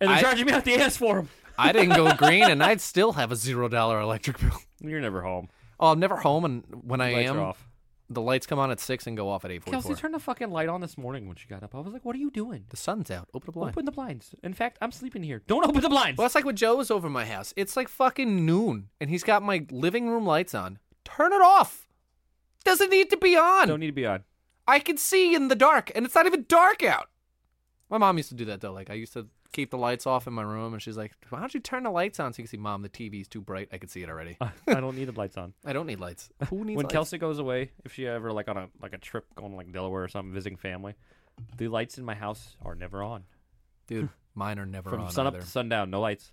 And they're
I-
charging me out the ass for them.
*laughs* I didn't go green, and I'd still have a zero dollar electric bill.
You're never home.
*laughs* Oh, I'm never home, and when I
Lights
am,
are off.
the lights come on at six and go off at eight
Kelsey
forty-four.
turned the fucking light on this morning when she got up. I was like, what are you doing?
the sun's out. Open the blind.
Open the blinds. In fact, I'm sleeping here. Don't open the blinds.
Well, that's like when Joe was over my house. It's like fucking noon, and he's got my living room lights on. Turn it off. Doesn't need to be on.
Don't need to be on.
I can see in the dark, and it's not even dark out. My mom used to do that though. Like I used to keep the lights off in my room, and she's like, "Why don't you turn the lights on so you can see?" Mom, the TV's too bright. I can see it already.
*laughs* I don't need the lights on.
I don't need
*laughs*
lights. Who needs
Uh, when
lights?
Kelsey goes away, if she ever like on a like a trip going to, like Delaware or something visiting family, the lights in my house are never on. *laughs*
Dude, mine are never
From
on
sun up
either.
to sundown, no lights.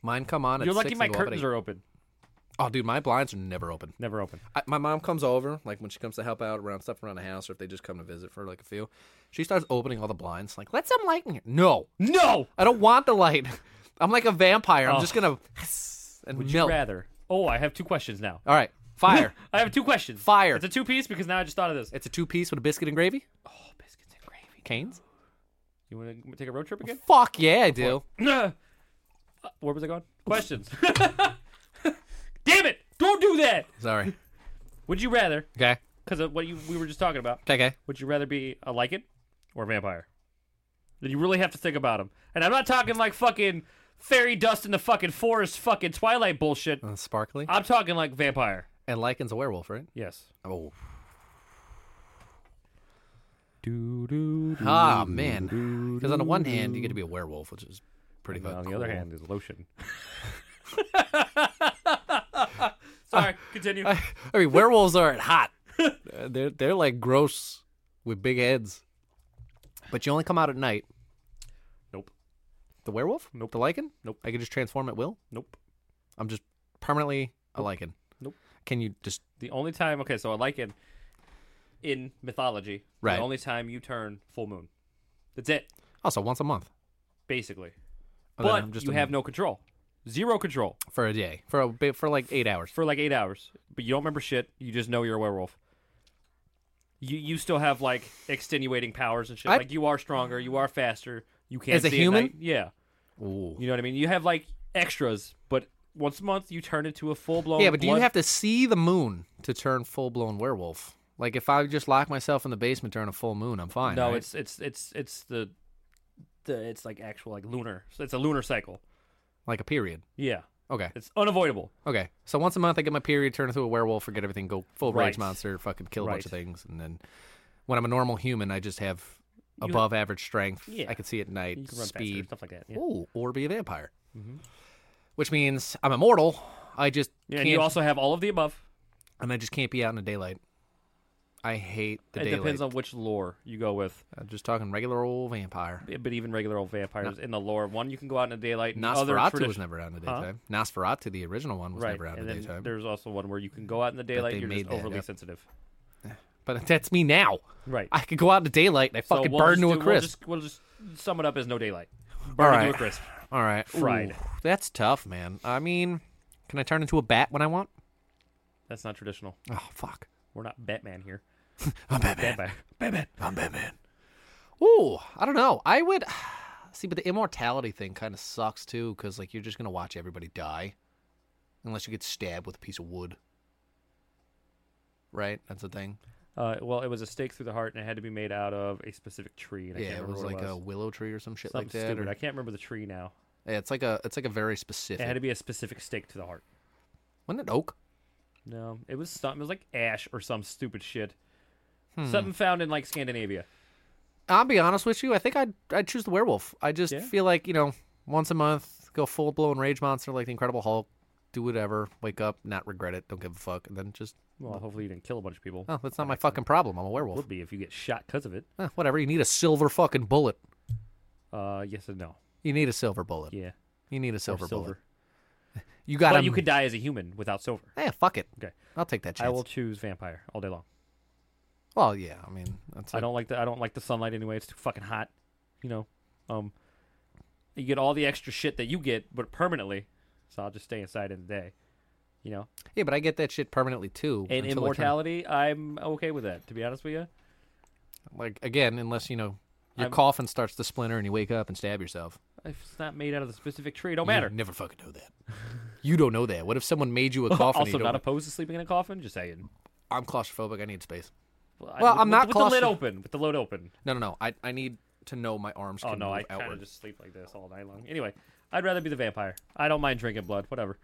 Mine come on.
You're
at
lucky
six
my
and go up at
curtains
eight.
are open.
Oh, dude, my blinds are never open.
Never open.
I, my mom comes over, like when she comes to help out around stuff around the house, or if they just come to visit for like a few. She starts opening all the blinds, like, "Let some light in here." No,
No.
I don't want the light. *laughs* I'm like a vampire. I'm
Oh.
just gonna *laughs* and
Would
melt.
you rather? Oh, I have two questions now.
all right,
*laughs*
fire.
I have two questions.
Fire.
It's a two piece because now I just thought of this.
It's a two piece with a biscuit and gravy.
Oh, biscuits and gravy.
Canes.
You want to take a road trip *laughs* again?
Fuck yeah, I do.
Uh, Where was I going? Questions. *laughs* Damn it! Don't do that.
*laughs* Sorry.
Would you rather?
Okay.
Because of what you we were just talking about.
Okay. Okay.
Would you rather be a lycan or a vampire? Then you really have to think about them. And I'm not talking like fucking fairy dust in the fucking forest, fucking twilight bullshit.
Uh, sparkly.
I'm talking like vampire.
And Lycan's a werewolf, right?
Yes.
Oh.
Do, do, do.
Ah man. Because on the one hand, you get to be a werewolf, which is *laughs* pretty
And
fucking
on the other
cool.
hand
*laughs*
is lotion. Sorry, continue.
I, I mean, werewolves aren't hot. *laughs* Uh, they're they're like gross with big heads. But you only come out at night.
nope.
The werewolf?
Nope.
The lycan?
Nope.
I can just transform at will.
Nope.
I'm just permanently a lycan.
Nope.
Can you just
The only time okay, so a lycan in mythology,
Right.
the only time you turn full moon. That's it,
also once a month?
basically.
Oh, then I'm
but
just
you
a-
have no control. Zero control
for a day for a bit for like eight hours.
for like eight hours. But you don't remember shit. You just know you're a werewolf. You you still have like extenuating powers and shit.
I-
Like you are stronger, you are faster. You can't
As a
see at
human?
night. Yeah,
Ooh.
you know what I mean. You have like extras, but once a month you turn into a full blown.
Yeah, but do you have to see the moon to turn full blown werewolf? Like if I just lock myself in the basement during a full moon, I'm fine.
No,
right?
it's it's it's it's the, the it's like actual like lunar. So it's a lunar cycle.
like a period.
Yeah,
Okay,
it's unavoidable.
okay. So once a month, I get my period, turn into a werewolf, forget everything, go full rage
Right.
monster, fucking kill a bunch of
Right.
things, and then when I'm a normal human, I just have above average strength.
Yeah.
I can see at night,
You can run faster,
speed.
stuff like that. Yeah, Mm-hmm.
Ooh, or be a vampire, which means I'm immortal. I just
yeah
can't,
and you also have all of the above.
and I just can't be out in the daylight. I hate the
it
daylight.
depends on which lore you go with.
I'm just talking regular old vampire.
But even regular old vampires in the lore, one you can go out in the daylight. And the other
Nosferatu
tradi-
was never out in the
Huh?
daytime. Nosferatu, the original one, was
right.
never out in
and
the
then
daytime.
there's also one where you can go out in the daylight.
they
You're
made
just
that
overly
up.
sensitive.
But that's me now.
Right.
I could go out in the daylight and I
So
fucking
we'll
burn
just
to a
do- we'll
crisp.
just- We'll just, sum it up as no daylight.
All
Burn to a
right.
crisp.
All right,
Fried.
Ooh, that's tough, man. I mean, can I turn into a bat when I want?
That's not traditional.
Oh fuck,
We're not Batman here.
I'm Batman.
Batman.
I'm Batman. Ooh, I don't know. I would *sighs* See, but the immortality thing kind of sucks too, because like you're just gonna watch everybody die, unless you get stabbed with a piece of wood. Right, that's the thing.
Uh, well, it was a stake through the heart, and it had to be made out of a specific tree. And I
yeah,
can't
it
remember
was
what
like
it was.
a willow tree or some shit
Something
like that.
stupid.
Or,
I can't remember the tree now.
yeah, it's like a it's like a very
It
specific.
had to be a specific stake to the heart.
Wasn't it oak?
No, it was something. It was like ash or some stupid shit.
Hmm.
Something found in like Scandinavia.
I'll be honest with you. I think I'd I'd choose the werewolf. I just
Yeah?
feel like you know, once a month, go full blown rage monster like the Incredible Hulk. Do whatever. Wake up, not regret it. Don't give a fuck, and then just
Well, hopefully you didn't kill a bunch of people.
oh, that's not my fucking problem. I'm a werewolf.
Would be if you get shot because of it.
Eh, whatever. You need a silver fucking bullet.
Uh, yes and no.
You need a silver bullet.
Yeah,
You need a
or
silver, bullet.
silver.
You got
But
him.
you could die as a human without silver.
Yeah, fuck it.
Okay.
I'll take that chance.
I will choose vampire all day long.
Well, yeah. I mean, that's
I
it.
don't like the I don't like the sunlight anyway. It's too fucking hot. You know, um, you get all the extra shit that you get, but permanently. So I'll just stay inside in the day. You know,
Yeah, but I get that shit permanently too. until
and
I turn-
immortality. I'm okay with that. To be honest with you,
Like again, unless you know your
I'm-
coffin starts to splinter and you wake up and stab yourself.
if it's not made out of the specific tree, it don't
You
matter.
never fucking know that. *laughs* you don't know that. What if someone made
*laughs*
you a coffin? and
also,
you don't...
not opposed to sleeping in a coffin. Just saying.
I'm claustrophobic. I need space.
Well,
Well,
with-
I'm not
with, with the lid
claustro-
open. With the lid open.
No, no, no. I I need to know my arms
Oh
can
no, I
move
kind
outward.
of just sleep like this all night long. Anyway, I'd rather be the vampire. I don't mind drinking blood. Whatever.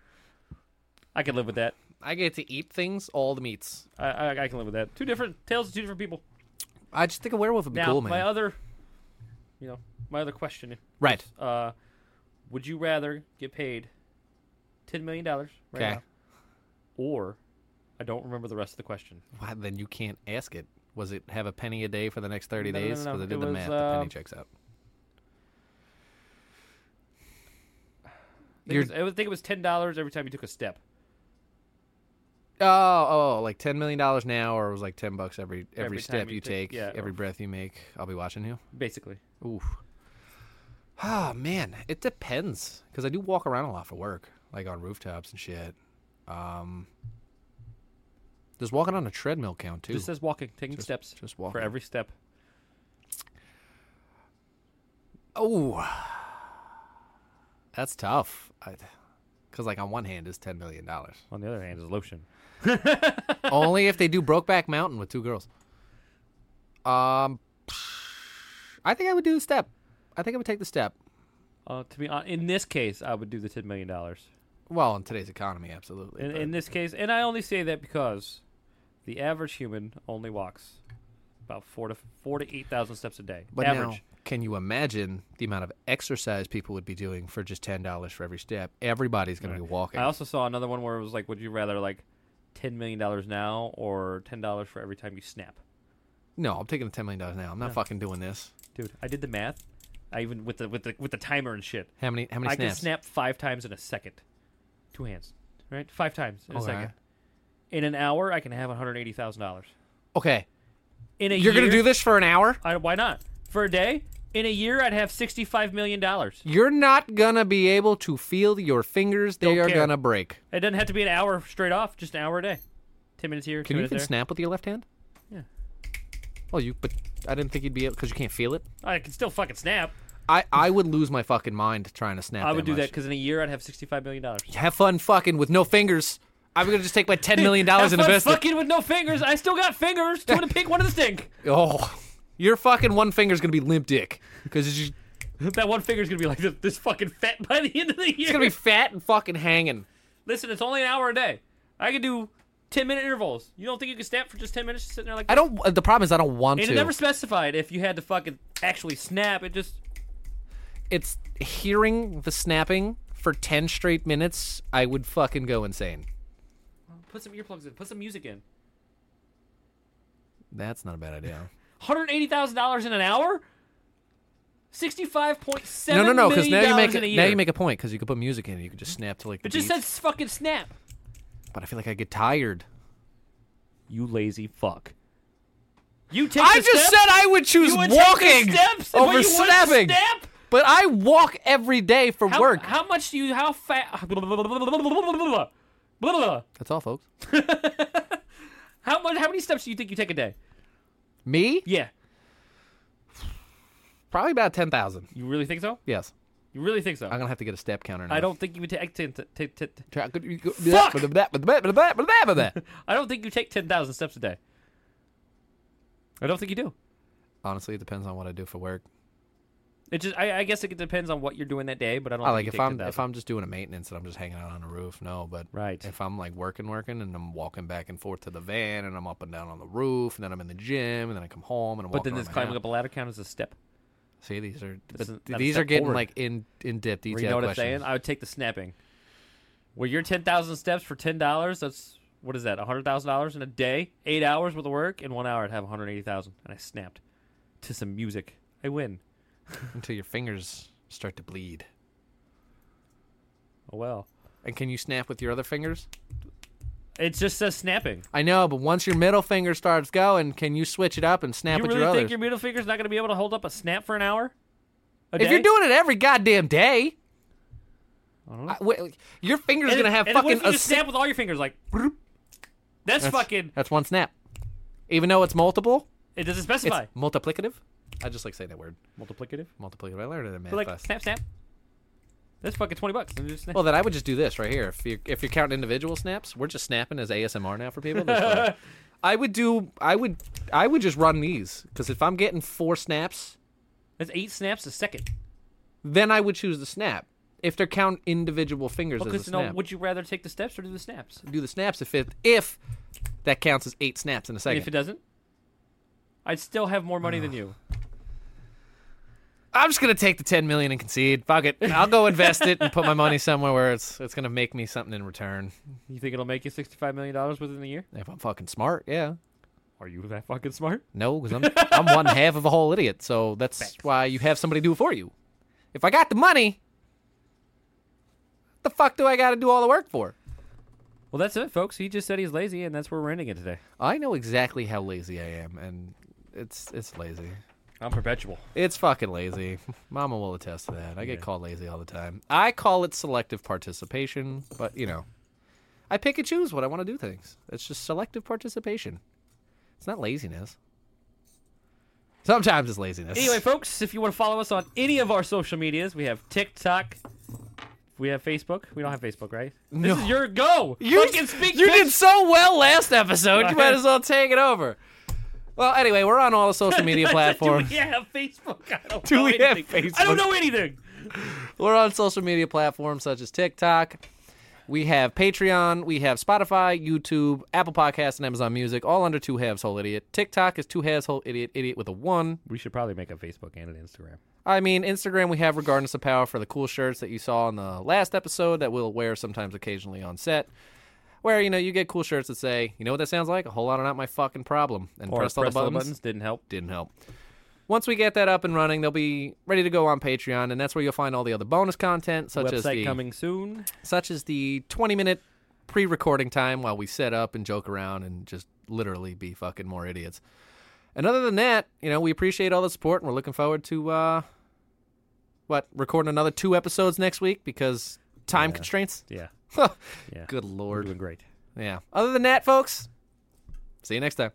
I can live with that.
I get to eat things, all the meats.
I, I, I can live with that. Two different tales, of two different people.
I just think a werewolf would be
Now,
cool, man.
my other, you know, my other question:
right.
uh, Would you rather get paid ten million dollars right
Okay.
now, or I don't remember the rest of the question?
Why, then you can't ask it. Was it have a penny a day for the next 30
No, no, no,
days?
no.
Because I
It
did the
was,
math. the
uh,
penny checks out.
I think,
You're-
it was, I would think it was ten dollars every time you took a step.
Oh, oh, like $10 million now, or it was like 10 bucks every every,
Every time
step
you
you
take-
take,
yeah,
every
or-
breath you make. I'll be watching you.
Basically,
Oof. Ah, man. It depends. Because I do walk around a lot for work, like on rooftops and shit. Um, does walking on a treadmill count, too?
just says walking, taking
Just-
steps
just walking.
for every step.
Oh, that's tough. Because, like, on one hand, it's $10 million.
*laughs* On the other hand, is lotion.
Only if they do Brokeback Mountain with two girls. Um, I think I would do the step. I think I would take the step.
Uh, to be on, in this case, I would do the ten million dollars.
Well, in today's economy, absolutely.
In,
but-
in this case, and I only say that because the average human only walks about four to four to eight thousand steps a day.
but
average.
now, can you imagine the amount of exercise people would be doing for just ten dollars for every step? Everybody's going to be walking.
I also saw another one where it was like, would you rather like ten million dollars now or ten dollars for every time you snap?
no, I'm taking the ten million dollars now. I'm not fucking doing this.
Dude, I did the math. I even with the with the with the timer and shit.
How many? How many
I can
snaps?
snap five times in a second. Two hands. Right? Five times in a
Okay.
second. In an hour I can have hundred and eighty thousand dollars.
Okay,
In a
you're
year,
going to do this for an hour.
I, why not? For a day? In a year I'd have sixty five million dollars.
You're not going to be able to feel your fingers. They
Don't
are
care.
going to break.
It doesn't have to be an hour straight off, just an hour a day. Ten minutes here,
Can
two
you
minutes
even
there.
snap with your left hand?
Yeah.
Oh, you. But I didn't think you'd be able because you can't feel it.
I can still fucking snap.
I I would lose my fucking mind trying to snap.
I would do that
much.
because in a year I'd have sixty-five million dollars.
Have fun fucking with no fingers. I'm gonna just take my ten million dollars
*laughs* Have
and
fun
invest it.
fucking with no fingers. I still got fingers. Two in the pink, one in the stink.
Oh, your fucking one finger's gonna be limp dick because it's, just-
That one finger's gonna be like this, this fucking fat *laughs* by the end of the year.
it's gonna be fat and fucking hanging.
Listen, it's only an hour a day. I can do ten-minute intervals. You don't think you can snap for just ten minutes, just sitting there like?
I don't. The problem is I don't want
And
to.
it never specified if you had to fucking actually snap. It just
It's hearing the snapping for ten straight minutes. I would fucking go insane.
put some earplugs in, put some music in.
That's not a bad idea.
Hundred eighty thousand dollars in an hour. Sixty-five point
no,
seven.
no, no. Because now you make
in a
a,
year.
now you make a point because you could put music in. and You could just snap to like.
It
the
just
beats.
says fucking snap.
But I feel like I get tired.
You lazy fuck. You take.
I
the
just
step?
said I would choose
You would take the
walking
steps, but
over
you wouldn't
snapping.
snap?
But I walk every day for
How,
work.
How much do you? How *laughs* fast?
That's all, folks.
How much? How many steps do you think you take a day?
Me?
Yeah.
Probably about 10,000.
You really think so?
Yes.
You really think so?
I'm going to have to get a step counter now.
I don't think you would take ten. T- t- t- t-
Try- could you go-
Fuck! *laughs*
Honestly,
I don't think you take ten thousand steps a day. I don't think you do.
it depends on what I do for work.
It just, I, I guess it depends on what you're doing that day, but I don't
I
think
like
you
if
take
I'm
10,000.
if I'm just doing a maintenance and I'm just hanging out on the roof, no. But
Right.
if I'm like working, working, and I'm walking back and forth to the van, and I'm up and down on the roof, and then I'm in the gym, and then I come home, and I'm
But then this climbing up a ladder count as a step.
See, these are
This is-
but
that's a
these are
step
getting
forward.
like in in depth detail
You know what I'm
questions.
saying? I would take the snapping. Well, your ten thousand steps for ten dollars. That's what is that? hundred thousand dollars in a day, eight hours worth of work. In one hour, I'd have one hundred eighty thousand, and I snapped to some music. I win.
Until your fingers start to bleed,
Oh well.
and can you snap with your other fingers?
It just says snapping.
I know, but once your middle finger starts going, can you switch it up and snap
you
with
really
your
think
others?
your middle finger's not going to be able to hold up a snap for an hour? A
if you're
day?
doing it every goddamn day,
I don't know.
I- wait, your finger's
And-
gonna have
and
fucking
what if you
a
just
si-
snap with all your fingers like. bloop? That's, fucking.
That's one snap. Even though it's multiple,
It doesn't
it's
specify.
multiplicative. I just like saying that word,
Multiplicative.
multiplicative. I learned it in math
But like
class.
snap, snap. That's fucking twenty bucks. And just snap.
Well, then I would just do this right here. If you're if you're counting individual snaps, we're just snapping as ASMR now for people. That's
*laughs*
fine. I would do. I would. I would just run these because if I'm getting four snaps,
That's eight snaps a second.
then I would choose the snap. If they're count individual fingers
Well,
as a
because
snap,
no, would you rather take the steps or do the snaps?
do the snaps if it, if that counts as eight snaps in a
And
second.
if it doesn't, I'd still have more money than you.
I'm just gonna take the 10 million and concede. Fuck it. I'll go invest it and put my money somewhere where it's it's gonna make me something in return.
You think it'll make you sixty-five million dollars within the year?
If I'm fucking smart, yeah.
Are you that fucking smart?
No, because I'm I'm one half of a whole idiot. So that's why you have somebody do it for you. If I got the money, the fuck do I got to do all the work for?
Well, that's it, folks. He just said he's lazy, and that's where we're ending it today.
I know exactly how lazy I am, and it's it's lazy.
I'm perpetual.
It's fucking lazy. *laughs* Mama will attest to that. I get
Yeah.
called lazy all the time. I call it selective participation, but you know, I pick and choose what I want to do things. It's just selective participation. It's not laziness. Sometimes it's laziness.
Anyway, folks, if you want to follow us on any of our social medias, we have TikTok. We have Facebook. We don't have Facebook, right?
No.
This is your go.
You,
Fucking speak.
you did
bitch.
so well last episode.
*laughs*
You might as well take it over. Well, anyway, we're on all the
*laughs*
social media platforms.
Do we have Facebook? I don't
Do
know
we have
anything. I
Facebook?
don't know anything.
We're on social media platforms such as TikTok. We have Patreon. We have Spotify, YouTube, Apple Podcasts, and Amazon Music, all under Two Halves Whole Idiot. TikTok is Two Halves Whole Idiot, Idiot with a one.
We should probably make a Facebook and an Instagram.
I mean, Instagram, we have Regardless of Power for the cool shirts that you saw in the last episode that we'll wear sometimes occasionally on set. Where, you know, you get cool shirts that say, you know what that sounds like? A whole lot of not my fucking problem. And
Or
press, all the buttons.
didn't help.
didn't help. Once we get that up and running, they'll be ready to go on Patreon, and that's where you'll find all the other bonus content, such as
Website
the
coming soon.
such as the twenty minute pre recording time while we set up and joke around and just literally be fucking more idiots. And other than that, you know, we appreciate all the support, and we're looking forward to uh, what recording another two episodes next week because time constraints. *laughs*
Yeah, yeah.
Good
We're
lord,
doing great.
yeah. Other than that, folks, see you next time.